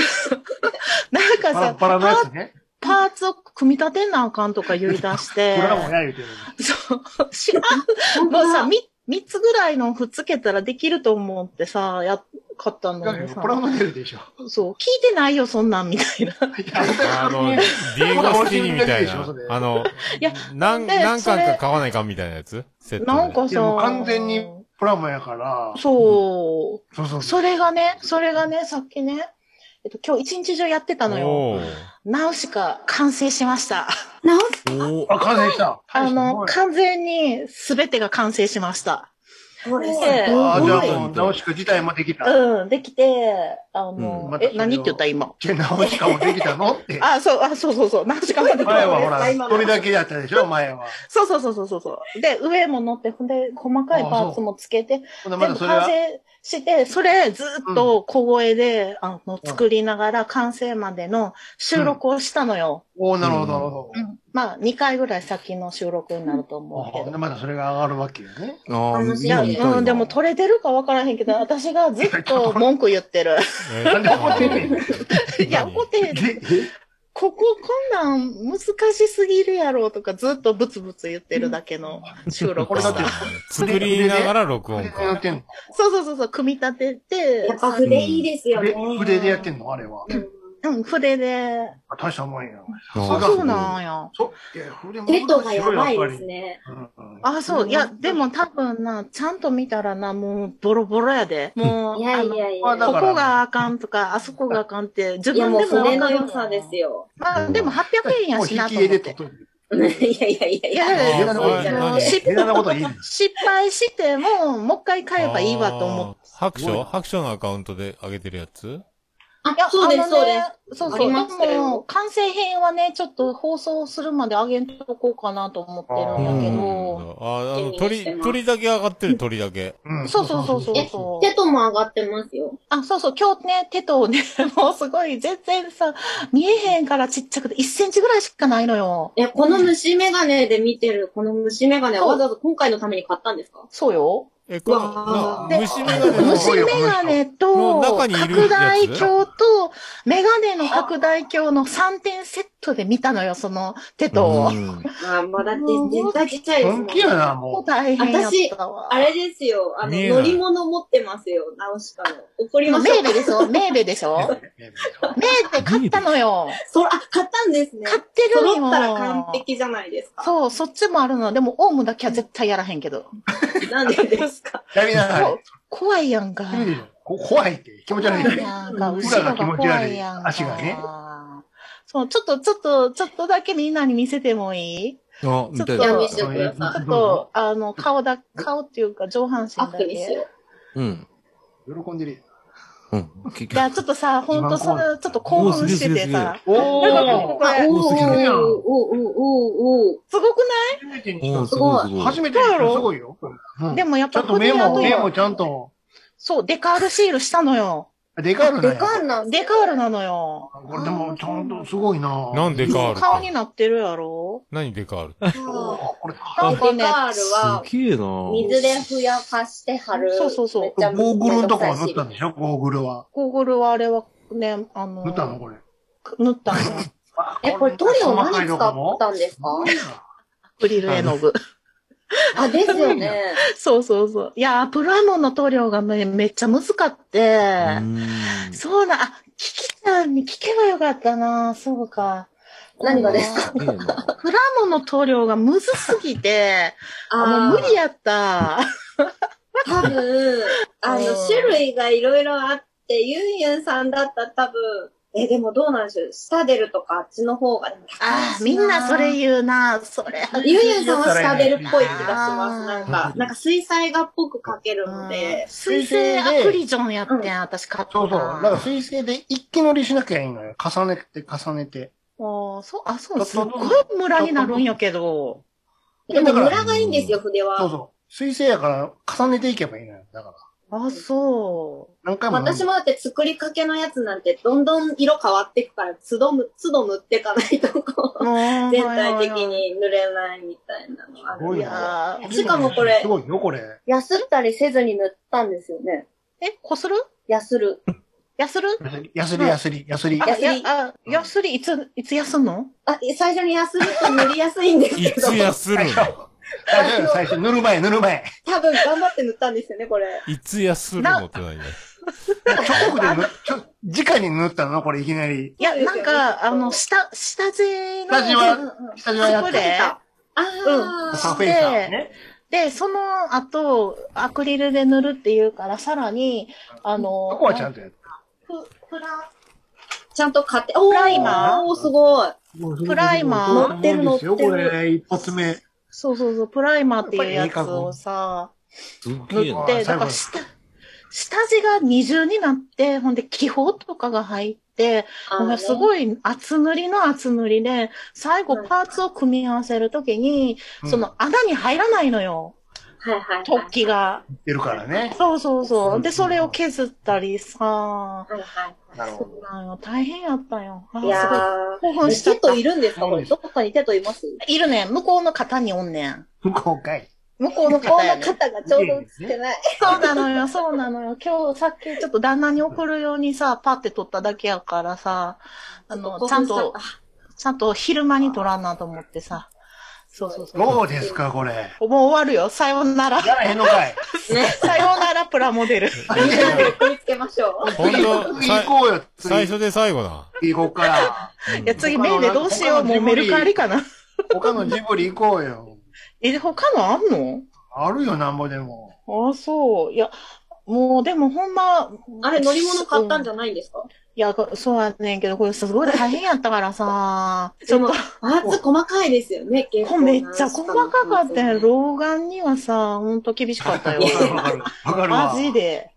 なんかバラさバラのやつね。パ、パーツを組み立てなあかんとか言い出し (laughs) てプ、ラモや言うてるそう、知らん。もうさ、み三つぐらいのくっつけたらできると思ってさ、やっ、買ったののに。だにさから、プラ、モ出るでしょ。そう、聞いてないよ、そんなん、みたいな。いや、あ (laughs) の、ディエゴスティーニみほら俺死んでるたいなでしょそれ。あの、いやなんで何そ巻れか買わないかんみたいなやつ (laughs) セットで。なんかいやさも、う完全にプラモやから。そう、そうそうそそれがね、それがね、さっきね、えっと、今日一日中やってたのよ。おーナウシカ完成しました。直おう。あ、完成した。あの、大した完全に全てが完成しました。すこれすもんやあー、じごゃあい。もう、直しく自体もできた。うん、できて、あのう、んえ、何って言った今。じゃあ直しかもできた (laughs) のって。あ、そう、あ、そうそうそう、ナウシカまで前はほら、今の一人だけやったでしょ、前は。そうそうそうそうそうそう。で、上も乗って、ほんで、細かいパーツもつけて、ほんでまだそ全部れは完、成して、それずっと小声で、あの、作りながら完成までの収録をしたのよ。おおなるほど、なるほうんまあ、2回ぐらい先の収録になると思うど。けほんでど。まだそれが上がるわけよね。ああ、楽しい見いや、たいなうん、でも撮れてるかわからへんけど、私がずっと文句言ってる。(laughs) えなんで怒ってんねんいや、怒ってへんで、えこここんなん難しすぎるやろとかずっとブツブツ言ってるだけの収録俺だしってた。、作りながら録音筆でやっか。てんのそうそうそうそう、組み立ててやっ、ぱ筆いいですよね筆。筆でやってんのあれは。うん、筆で。あ大したもんや。あそーうあ、だそうなんや。そいや、筆も手とがやばいでっぱすりね。うんうんあ、そう。いや、でも多分な、ちゃんと見たらな、もうボロボロやで。もう、いやいやいや。だこからこがあかんとか、あそこがあかんって、自いや分もうでもわか筆るの良さですよ。 (laughs) まあ、でも800円やもうし引なきと絵思でっ。撮ってとる。いやいやいやいいや。やい嫌や、なこと言いあなの何失嫌なこと言いな失敗しても、もう一回買えばいいわと思っあー白すごい書な白書のアカウントで上げてるやつあいや、そうです、あのそうでねす。そうそう。ありましたでよも、完成編はね、ちょっと放送するまで上げんとこうかなと思ってるんだけあど。ー、あの、鳥気にして、ます鳥だけ上がってる鳥だけ。うんそうそうそうそうそう。手とも上がってますよ。あ、そうそう、今日ね、手とね、もうすごい、全然さ、見えへんからちっちゃくて、1センチぐらいしかないのよ。え、この虫眼鏡で見てる、この虫眼鏡はわざわざ今回のために買ったんですかそうよ。え、このうわなー虫眼でも鏡の虫眼鏡もうと、中にいるや拡つ大鏡と、眼鏡の拡大鏡の3点セットで見たのよ、その手と。うんあ、まあだって絶対ちっちゃいですも本ん。気やな、もうも大変やったわ。あれですよ、あの、見えない乗り物持ってますよ、ナウシカの。怒メりましーた。ベでしょメーベでしう。ょメーベ買ったのよ。そら、あ、買ったんですね。買ってるよ。揃ったら完璧じゃないですか。そう、そっちもあるの。でも、オウムだけは絶対やらへんけど。なんでです (laughs) か。やりなさそ。いう怖いやんか。やめてよこ怖いって気持ち怖悪いいって。やんか。後裏ろがが気持ち怖悪いいやん。か。足がね。そう、ちょっと、ちょっと、ちょっとだけみんなに見せてもいいあ、見たいちょっなと。見せてくださちょっどと、あの、顔だ、顔っていうか上半身アだップにしけ。ようん。喜んでるやん。うん。結いや、局。ちょっとさ、ほんとそれ、ちょっと興奮しててさ。おなんかーこうう。あ、こおおおおすげえなおおおおすごく初めてにおーしすごいすた。ごい。初めてにしたすごいよ。うなんいでもやっちゃぱんとメフモ、レメアのモちゃんと。そう、デカールシールしたのよ。デカールデだカよ。ールなんデカールなのよ。これでも、ちゃんとすごいななんでかあるって顔になってるやろ何でかあるル。これ、なデんカかールね、は、すげえな水でふやかして貼る。そうそうそうめっちゃゴーグルのとこは塗めっんたどんくさいでししょゴーグルは。ゴーグルはあれはね、あの、塗ったのこれ。(laughs) 塗ったの。え、これ塗料何使ったんですかアクリル絵の具。あ、ですよね。そうそうそう。いやー、プラモンの塗料がめめっちゃ難かって。うんそうな、あ、キキちゃんに聞けばよかったな。そうか。何がですかすげえなプラモンの塗料がむずすぎて、もう無理やった。多分、あの、種類がいろいろあって、ユンユンさんだったら多分、え、でもどうなんでしょう。下出るとかあっちの方が。あーみんなそれ言うな。それ。ユンユンさんは下出るっぽい気がします。なんあか、ーなんか水彩画っぽく描けるので。水性アクリジョンやってん、私買ったそな。うそう。だから水性で一気乗りしなきゃいいのよ。重ねて、重ねて。ああ、そう、あ、そう、すっごいムラになるんやけど。でもだからムラがいいんですよ、筆は。そうそう。水星やから重ねていけばいいのよ。だから。あ、そ何回も何私回も。もだって作りかけのやつなんてどんどん色変わっていくから、つどむ、つど塗っていかないとこう。う、全全体的。に塗れないみたいなのあすごるいいなややーしかもこれすごいよ、これ。やすったりせずに塗ったんですよね。え、こするやする。やするやすり、やすり、やすり。あ、やすりや、あ、やすり、いつ、いつやすんのあ、最初にやすると塗りやすいんですいけどつ、やするの最初、最初、塗る前、塗る前。多分頑張って塗ったんですよね、これ。いつやするのって何ね。直で塗、ちょ、直に塗ったのこれ、いきなり。いや、そうでなすよねんか、あの、下、下地が下地は下地はやっスプた。レーあうあ、サフェイサーね。で、その後、アクリルで塗るっていうから、さらに、あの、そこはちゃんとやっププラ、ちゃんと買って、おー、プライマーおー、すごい。た。プライマー乗ってる乗ってるそうなんですよこれ、一発目。そうそうそう、プライマーっていうやつをさ、すっげえあな。ーで、最だ後から下、下地が二重になって、ほんで、気泡とかが入って、あものうすごい厚塗りの厚塗りで、最後はいパーツを組み合わせるときに、その穴に入らないのよ、はいはいはい。突起が。言ってるからね。そうそうそう。で、それを削ったりさ、はいはいなるほそうなんよ大変やったよ。あーいやすごいー、興奮しちゃテったトいるんですかこれ、どこかにテトいますいるねん。向こうの方におんねん。ど。向こうかい。向こうの向こ方うやのねん。肩がちょうど映ってない。そうなのよ、 (laughs) そうなのよ。今日さっきちょっと旦那に送るようにさ、パって撮っただけやからさ、あの、ちゃんと、ちゃんと昼間に撮らんなと思ってさ。そうそうそう。どうですか、これ。もう終わるよ。さようなら。やらへんのかい。 (laughs) さようならプラモデル。取り付けましょう。ほんと、次行さいこうよ、次。最初で最後な。次行こうから。いや、次メールどうしよう。もうメルカリかな。他のジブリ行こうよ。え、他のあんのあるよ、なんぼでも。ああ、そう。いや、もうでもほんま。あれ、乗り物買ったんじゃ、ゃないんですかいや、こそうやねんけど、これすごい大変やったから (laughs) さ。ちでょっもと、パーツ細かいですよね、結こ構。うめっちゃ細かかったよ。老眼にはさ、ほんと厳しかったよわ。かるわかる。わかるわ。マジ (laughs) で。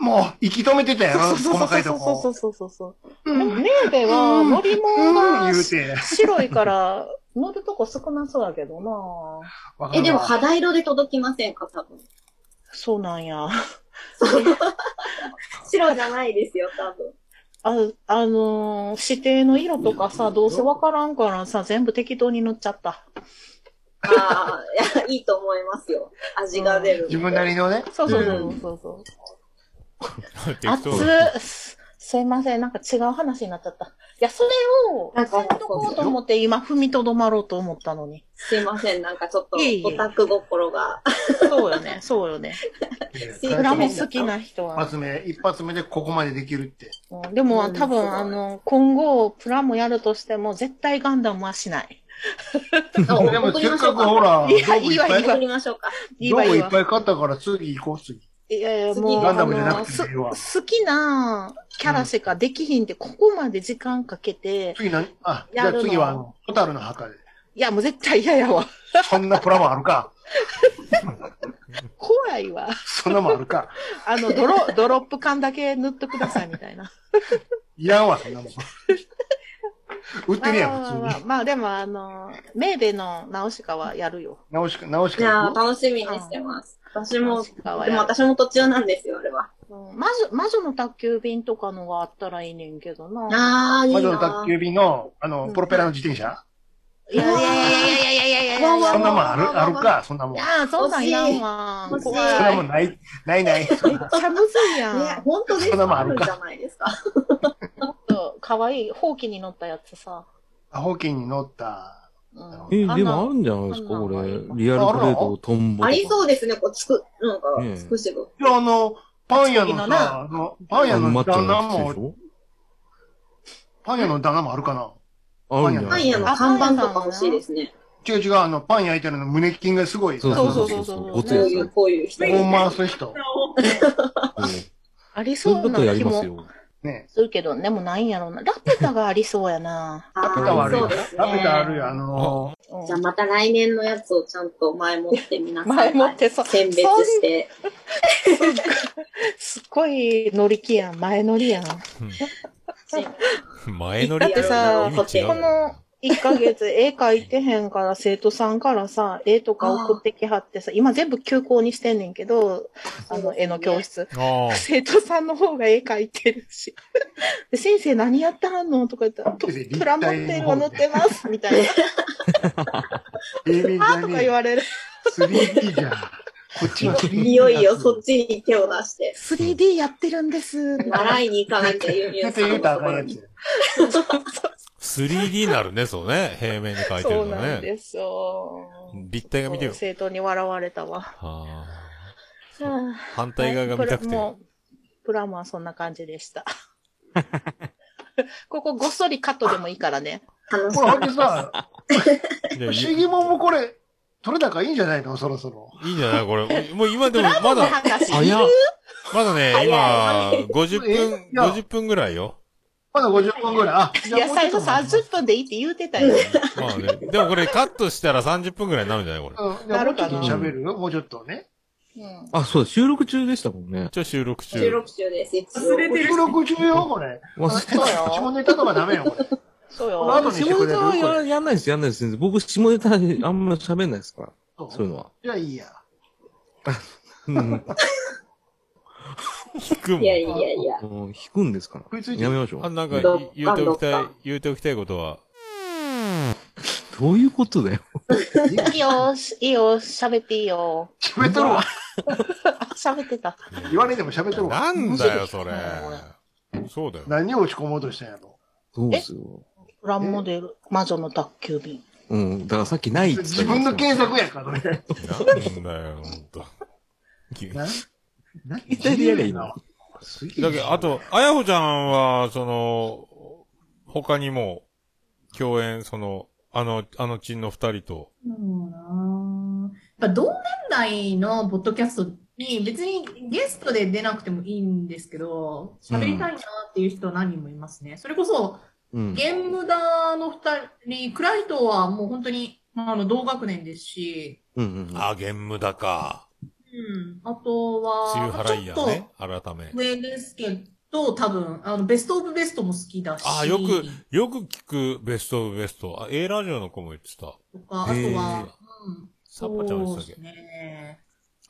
もう、息止めてたやろ、そう細かいとそこう。そうそうそう。うメん、ーベは乗り物うん、が言うて。白いから、乗るとこ少なそうやけどなわかるえ、わでも肌色で届きませんか多分。そうなんや。白じゃないですよ、多分。ああのー指定の色とかさ、どうせわからんからさ、全部適当に塗っちゃった。まあ、いや、いいと思いますよ。味が出る。自分なりのね。そうそうそうそうそう。熱適当っすすいません、なんか違う話になっちゃった。いや、それを、なんかやっとこうと思って今踏みとどまろうと思ったのに。すいません、なんかちょっといえいえオタク心が。そうよね、そうよね。ププラモ好きな人一は。発目、一発目でここまでできるって。うんでも、うん多そう分、だあねの、今後、プラモやるとしても、絶対ガンダムはしない。あでも、送りせっましかょうくほか。ら、道具いいっぱやい、いいわ送りましょうか。いい道わ、具いいいっわ。ぱい買ったから、次行こう、次。いやいや、次もう、ガあンダムじゃなの、くてすもいいわ好きなキャラしかできひんで、ここまで時間かけて、次何あ、じゃやあるの次は、あのホタルの墓で。いや、もう絶対嫌やわ。そんなプラもあるか。 (laughs) 怖いわ。そんなもんあるか。あの、ドロ、ドロップ缶だけ塗っとください、みたいな。いらんわ、そんなもん。売ってるやまあまあん、ま普あ通に。まあでも、あの、メーベの直しかはやるよ。直しか、直しじゃあ、か。楽しみにしてます。私も、かはでもやる。私も途中なんですよ、あれは。うん魔女、魔女の宅急便とかのがあったらいいねんけどな。ああ、いい魔な女の宅急便の、あの、プロペラの自転車いやいやいやいやいやいやいやいやいそんや。なもんある、あるか、そんなもん。いそや、そんなんいらんわ。欲しい怖。んないもんない、ない (laughs) ない。めっちゃむずいやん。ね、本当ですそんなもんああるるかんじゃないですか。かわいい、ほうきに乗ったやつさ。アホキンに乗った。うんえ、あんなでもあるんじゃないですかあんなこれあんな。リアルグレード、トンボとか。ありそうですね、こう、つく、なんかねえ、つくしぶ。いや、あの、パン屋の次のなさ、あの、パンあ屋ののマッチョ旦那のやつでしも、ょパン屋の旦那もあるかなあるんじゃパなン屋いのあ看板とか欲しいですね。違う違う、あの、パン焼いてるの胸筋がすごい。そうそうう。そそうそう。そうそううこごつういやいう、こういう人。こう回す人。つ。ありそそういううことやな気りますもよ。ね。するけど、でもないんやろな。ラピュタがありそうやな。あラピュタはあーるそよ。うですラピュタあね。るよ。あのうんじゃあまた来年のやつをちゃんと前もって皆さん前もってそう選別して。すっごい乗り気やん。前乗りやん。前乗だりっていやいやさ、こいや意味違うよの、 1ヶ月絵描いてへん (laughs) から生徒さんからさ、絵とか送ってきはってさ、今全部休校にしてんねんけど、あの絵の教室。ああ。生徒さんの方が絵描いてるし。で先生何やってはんのとか言ったら、と立体のプラモデルを塗ってますみた (laughs) いな。平面じあゃーとかね言え。われる。 3D じゃん。こっちは 3D。いよいよそっちに手を出して、 3D やってるんです。習いに行かなきゃユミちょオっさとん言のうととあこかんろやに。つ。 3D になるね、そうね。平面に描いてそうるのなんね。ですよ。立体が見てよ。生徒に笑われたわ。ははああ、反対側が見たくて。もうプラモはそんな感じでした。ここごっそりカットでもいいからね。楽しほ、からっほんでさ、じゃあいい不思議もんもこれ、取れ高いいんじゃないのそろそろ。いいんじゃないこれ。もう今でも、まだ、博士早っ。まだね、今、50分え、いや50分ぐらいよ。まだ50分ぐらい。あ、いじゃあや、もうちょ最っ後と30分でいいって言うてたよ。まあね。でもこれカットしたら30分ぐらいになるんじゃないこれ。うん、じゃあもうちょっと喋るよ。もうちょっとね。うんあ、そうだ、収録中でしたもんね。一応収録収中。録中です。一忘れ応。てる収。録中よ、これ。忘れ下のネタとかダメよ、これ。そうこのよ。後にし下てくネれタるはこやれやんないです、やんないです。全然僕、下ネタあんま喋んないですから。そういうのは。じゃあいいや。うん。聞くもいやいん。やいや。もう引くんですから。食いついてやめましょあ、う。なんかどっか言うておきたどいっか、言うておきたいことは、どういうことだよ。いいよ、しいいよ、喋っていいよ。喋っとるわ。あ、喋ってた。言わねえでも喋っとるわ。なんだよ、それ面。そうだよ。何を落ち込もうとしたんやろ。そうですよ。プラモデル、魔女の宅急便。うん。だからさっきないって言った自じゃない分のですか検索やからね。なんだよ、ほんと。な何携帯でやりゃいいの。すげえだけど、あと、あやほちゃんは、その、他にも、共演、その、あの、あのちんの二人と、そうだなやっぱ同年代のポッドキャストに別にゲストで出なくてもいいんですけど、喋りたいなっていう人は何人もいますね。それこそ、うん。ゲームダーの二人、クライトはもう本当に、まあ、あの同学年ですし、うんうんうん。あ、ゲンムだか、うん、あと梅雨は、まあ払いやね、改めちょっと。上ですけど、多分、あの、ベストオブベストも好きだし、あ、よく、よく聞くベストオブベスト。あ、A ラジオの子も言ってた。とか、あとへー、はうん、サッパちゃんもそう言ってでたっすけね。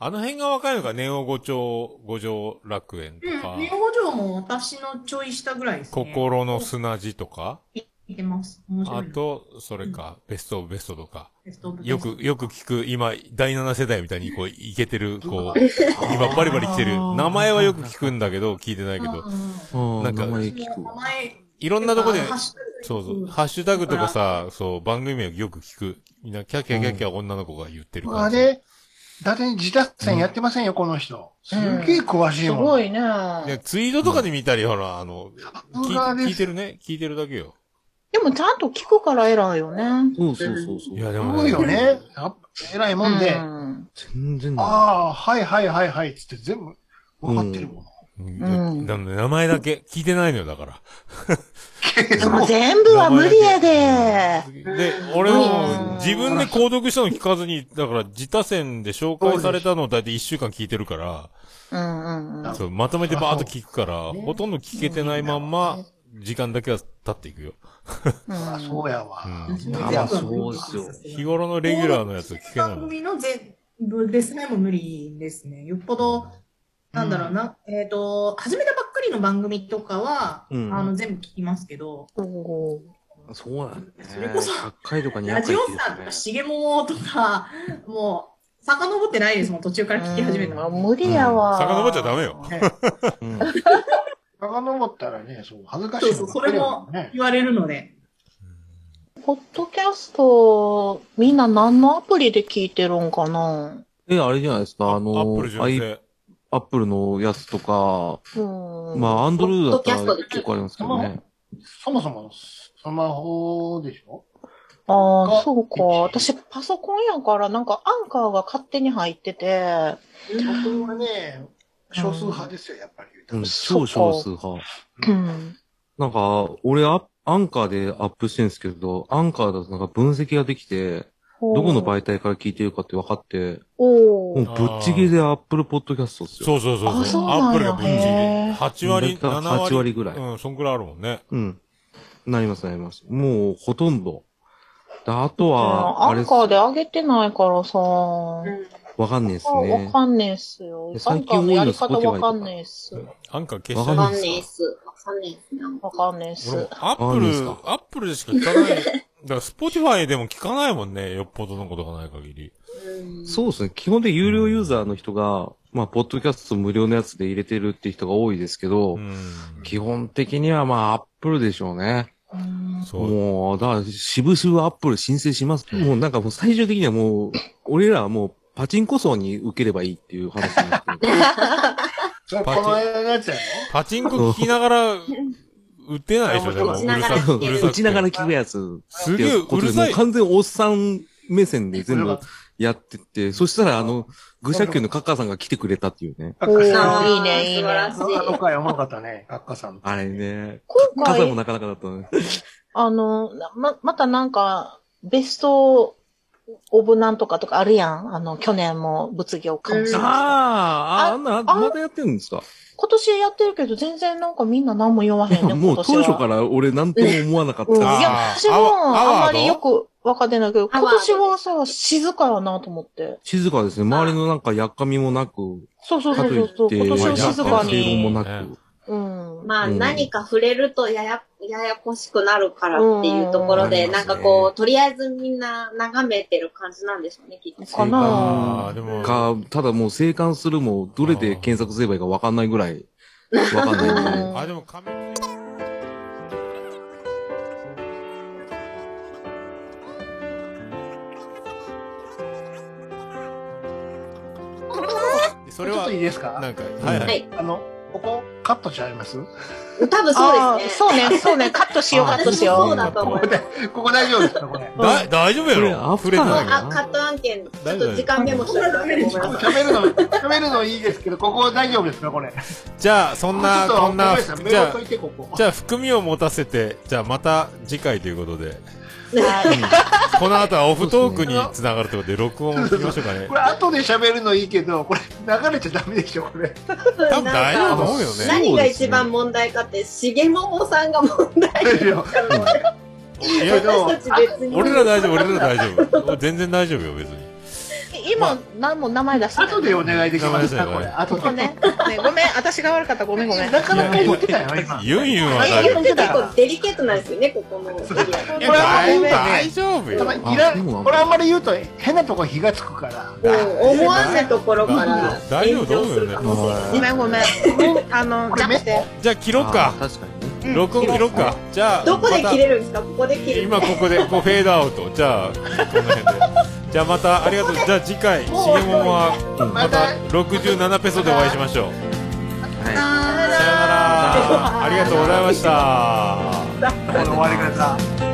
あの辺が若いのが、ネオ五丁、五条楽園とうん、か、ネオ五条も私のちょい下ぐらいですね。心の砂地とか、見てます。面白あいな。と、それか、ベストオブベストとか、ベストオブよベスく、よく聞く、今、第7世代みたいに、こう、いけてる、こう、今バリバリ来てる。名前はよく聞くんだけど、聞いてないトけうど、んあなあ、んか名前うん聞く名わ。前、いろんなとこであ、ハッシュタグそうそう、んハッシュタグとかさ、そう、番組名よく聞く。みんな、キャキャキャキャ女の子が言ってるあ感じ。れ、伊達に自宅戦やってませんよ、この人。すげえ詳しいすもん。ごいね。ね。でツイートとかで見たり、ほら、あの、聞いそうです聞いてるね。聞いてるだけよ。でもちゃんと聞くから偉いよね。そうそうそうそう。いや、ですも、ごいよ。ね。やっぱ偉いうもんで。ん。全然あだ。あ、はいはいはいはい、つって全部分かってるもん。うんうんなので名前だけ聞いてないのよ、だから。 (laughs) でも全部は無理やで。で、俺うんも自分で購読したの聞かずに、だから自他戦で紹介されたのを大体1週間聞いてるから、うんうんうん。そう、まとめてバーッと聞くから、そうねほとんど聞けてないまんま、時間だけは経っていくよ。あそうやわ。うんあまあそうですよ日頃のレギュラーのやつ聞けない番もん。組の全部ですね、もう無理ですね。よっぽど、なんだろうな、えっ、と、始めたばっかりの番組とかは、うんあの、全部聞きますけど、おーそうなんだね。それこそ100回とか200ラ回ジオ聞いてさんとるか、しげもとか、もう、遡ってないですもん、途中から聞き始めた。うん無理やわ。遡っちゃダメよ。ね。遡ったらね、そう、恥ずかしいそのうそばっう、そかれりやももんね。言われるので。ポッドキャスト、みんな何のアプリで聞いてるんかなうんえ、あれじゃないですか、あのアップル、純 i- 正。アップルのやつとか、うん。まあ、アンドロイドだったらポッドキャストで結構ありますけどね。そもそも、スマホでしょああがー、そうか。私、パソコンやから、なんか、アンカーが勝手に入ってて、僕はね、少数派ですよ、やっぱり。うん、そっか超少数派。うん。なんか、俺ア、アンカーでアップしてるんですけど、アンカーだとなんか分析ができて、どどこの媒体から聞いてるかって分かって、おもうーぶっちぎりでアップルポッドキャストっすよ。そうそうそあう。そうそうアなッんやプルが分へー8割、7だいたい割。 8割ぐらいうん、そんくらいあるもんね。うん。なります、なります。もう、ほとんど、あとは、アあれン、カーで上げてないからさ。わわかんないですね。かんねえっすよ。アン最カー近多のいのやり方 Spotify わかんねえっす。アンカー消わしたかんわなかいんでねすえっす。わかんねえっすね。わかんねえっす。俺もアあップるんルですか、アップルでしか聞かない。だから、スポティファイでも聞かないもんね。よっぽどのことがない限り。うんそうですね。基本で有料ユーザーの人が、まあ、ポッドキャスト無料のやつで入れてるっていう人が多いですけど、うん。基本的にはまあ、アップルでしょうね。そう。もう、だから、渋々アップル申請します。もうなんかもう最終的にはもう、俺らはもう、パチンコ層に受ければいいっていう話になってるそれこの間のやつやろパチンコ聞きながら、打てないでしょ、でも。打うるちながらさく、うるさくて打ちながら聞くやつ。すげえうるさいもう完全おっさん目線で全よ部かっやってって、そしたらあの、愚者級のカッカーさんが来てくれたっていうね。た。カッカさあんーいいねいいね素晴らしそのあのい。回おもろかったね、カッカさん。あれね。カ今ッカーさん回、もなかなかだったね。あの、ま、またなんか、ベスト、オブなんとかとかあるやん。あの、去年も物議を醸しました。うあーあー、ああんな、まだやってるんですか今年やってるけど、全然なんかみんな何も言わいへんね。や、 (laughs) もう当初からら俺なんとも思わなかったうん、いです。あや、ー私アもワあんアワーまドりよくわかってないけど、ア今ワード年はさ、静かやなと思って。静かですね。周りのなんかやっかみもなく、そうそうかそというそう。って、今年はは静まあか正論に。もなく。うん。まあ、うん何か触れるとやや、ややこしくなるからっていうところで、うんなんかこう、とりあえずみんな眺めてる感じなんでしょうね、きっと。かあなあ、でも、か、ただもう生還するも、どれで検索すればいいかわかんないぐらい、わかんない (laughs) んで。うんあ、でも紙にそれちょっはとい、いですなかんか、はいは。はいい。あの、ここ、カットしちゃいますこ多分そうですね。あーそうね、そうね、カットしよう、カットしそようだと思こう。で、ここ大丈夫ですかこれ。だ、大丈夫やこれろア触フれタてーないあ、カット案件、ちょっと時間メモしといてください。ごめんなさい。食べるの、食べるのいいですけど、ここ大丈夫ですかこれ。じゃあ、そんな、ちょっとこんごな、めんさいじメモゃっといて、ここあ、。じゃあ、含みを持たせて、じゃあ、また次回ということで、う。はい。この後はオフトークにつながるということで、録音しましょうかねこ。れ、後で喋るのいいけど、これ、流れちゃダメでしょ、これ。多分大丈夫と思うよね。何が一番問題かって、重桃さんが問題。いやいや、私たち別に。俺ら大丈夫、俺ら大丈夫。俺全然大丈夫よ、別に。今、何も名前出してない後でお願いできますか、ごめこんれ。な後ごめんで。ね。ねごめん、私が悪かった。ごめんごめん。なかなか言ってたよ、今。ユンユンは大え丈で夫。もい結構デリケートなんですよね、ここのエやリア。大大丈夫たよだ。あいらそうなんだこれあんまり言うと変なとこ火がつくからうん思わぬところから大丈炎夫だよ上するかもしれない。ごめんごめん。あの、じゃなくて。じゃあ切ろっかあー。確かにね。録音切ろっか。じゃあ、どこで切るれるんですかここで切る。今ここで、こうフェードアウト。じゃあ、この辺で。じゃあまた、ありがとう。じゃあ次回、しげもんは、また67ペソでお会いしましょう。はさよない。ら。ありがとうございました。この終わり方。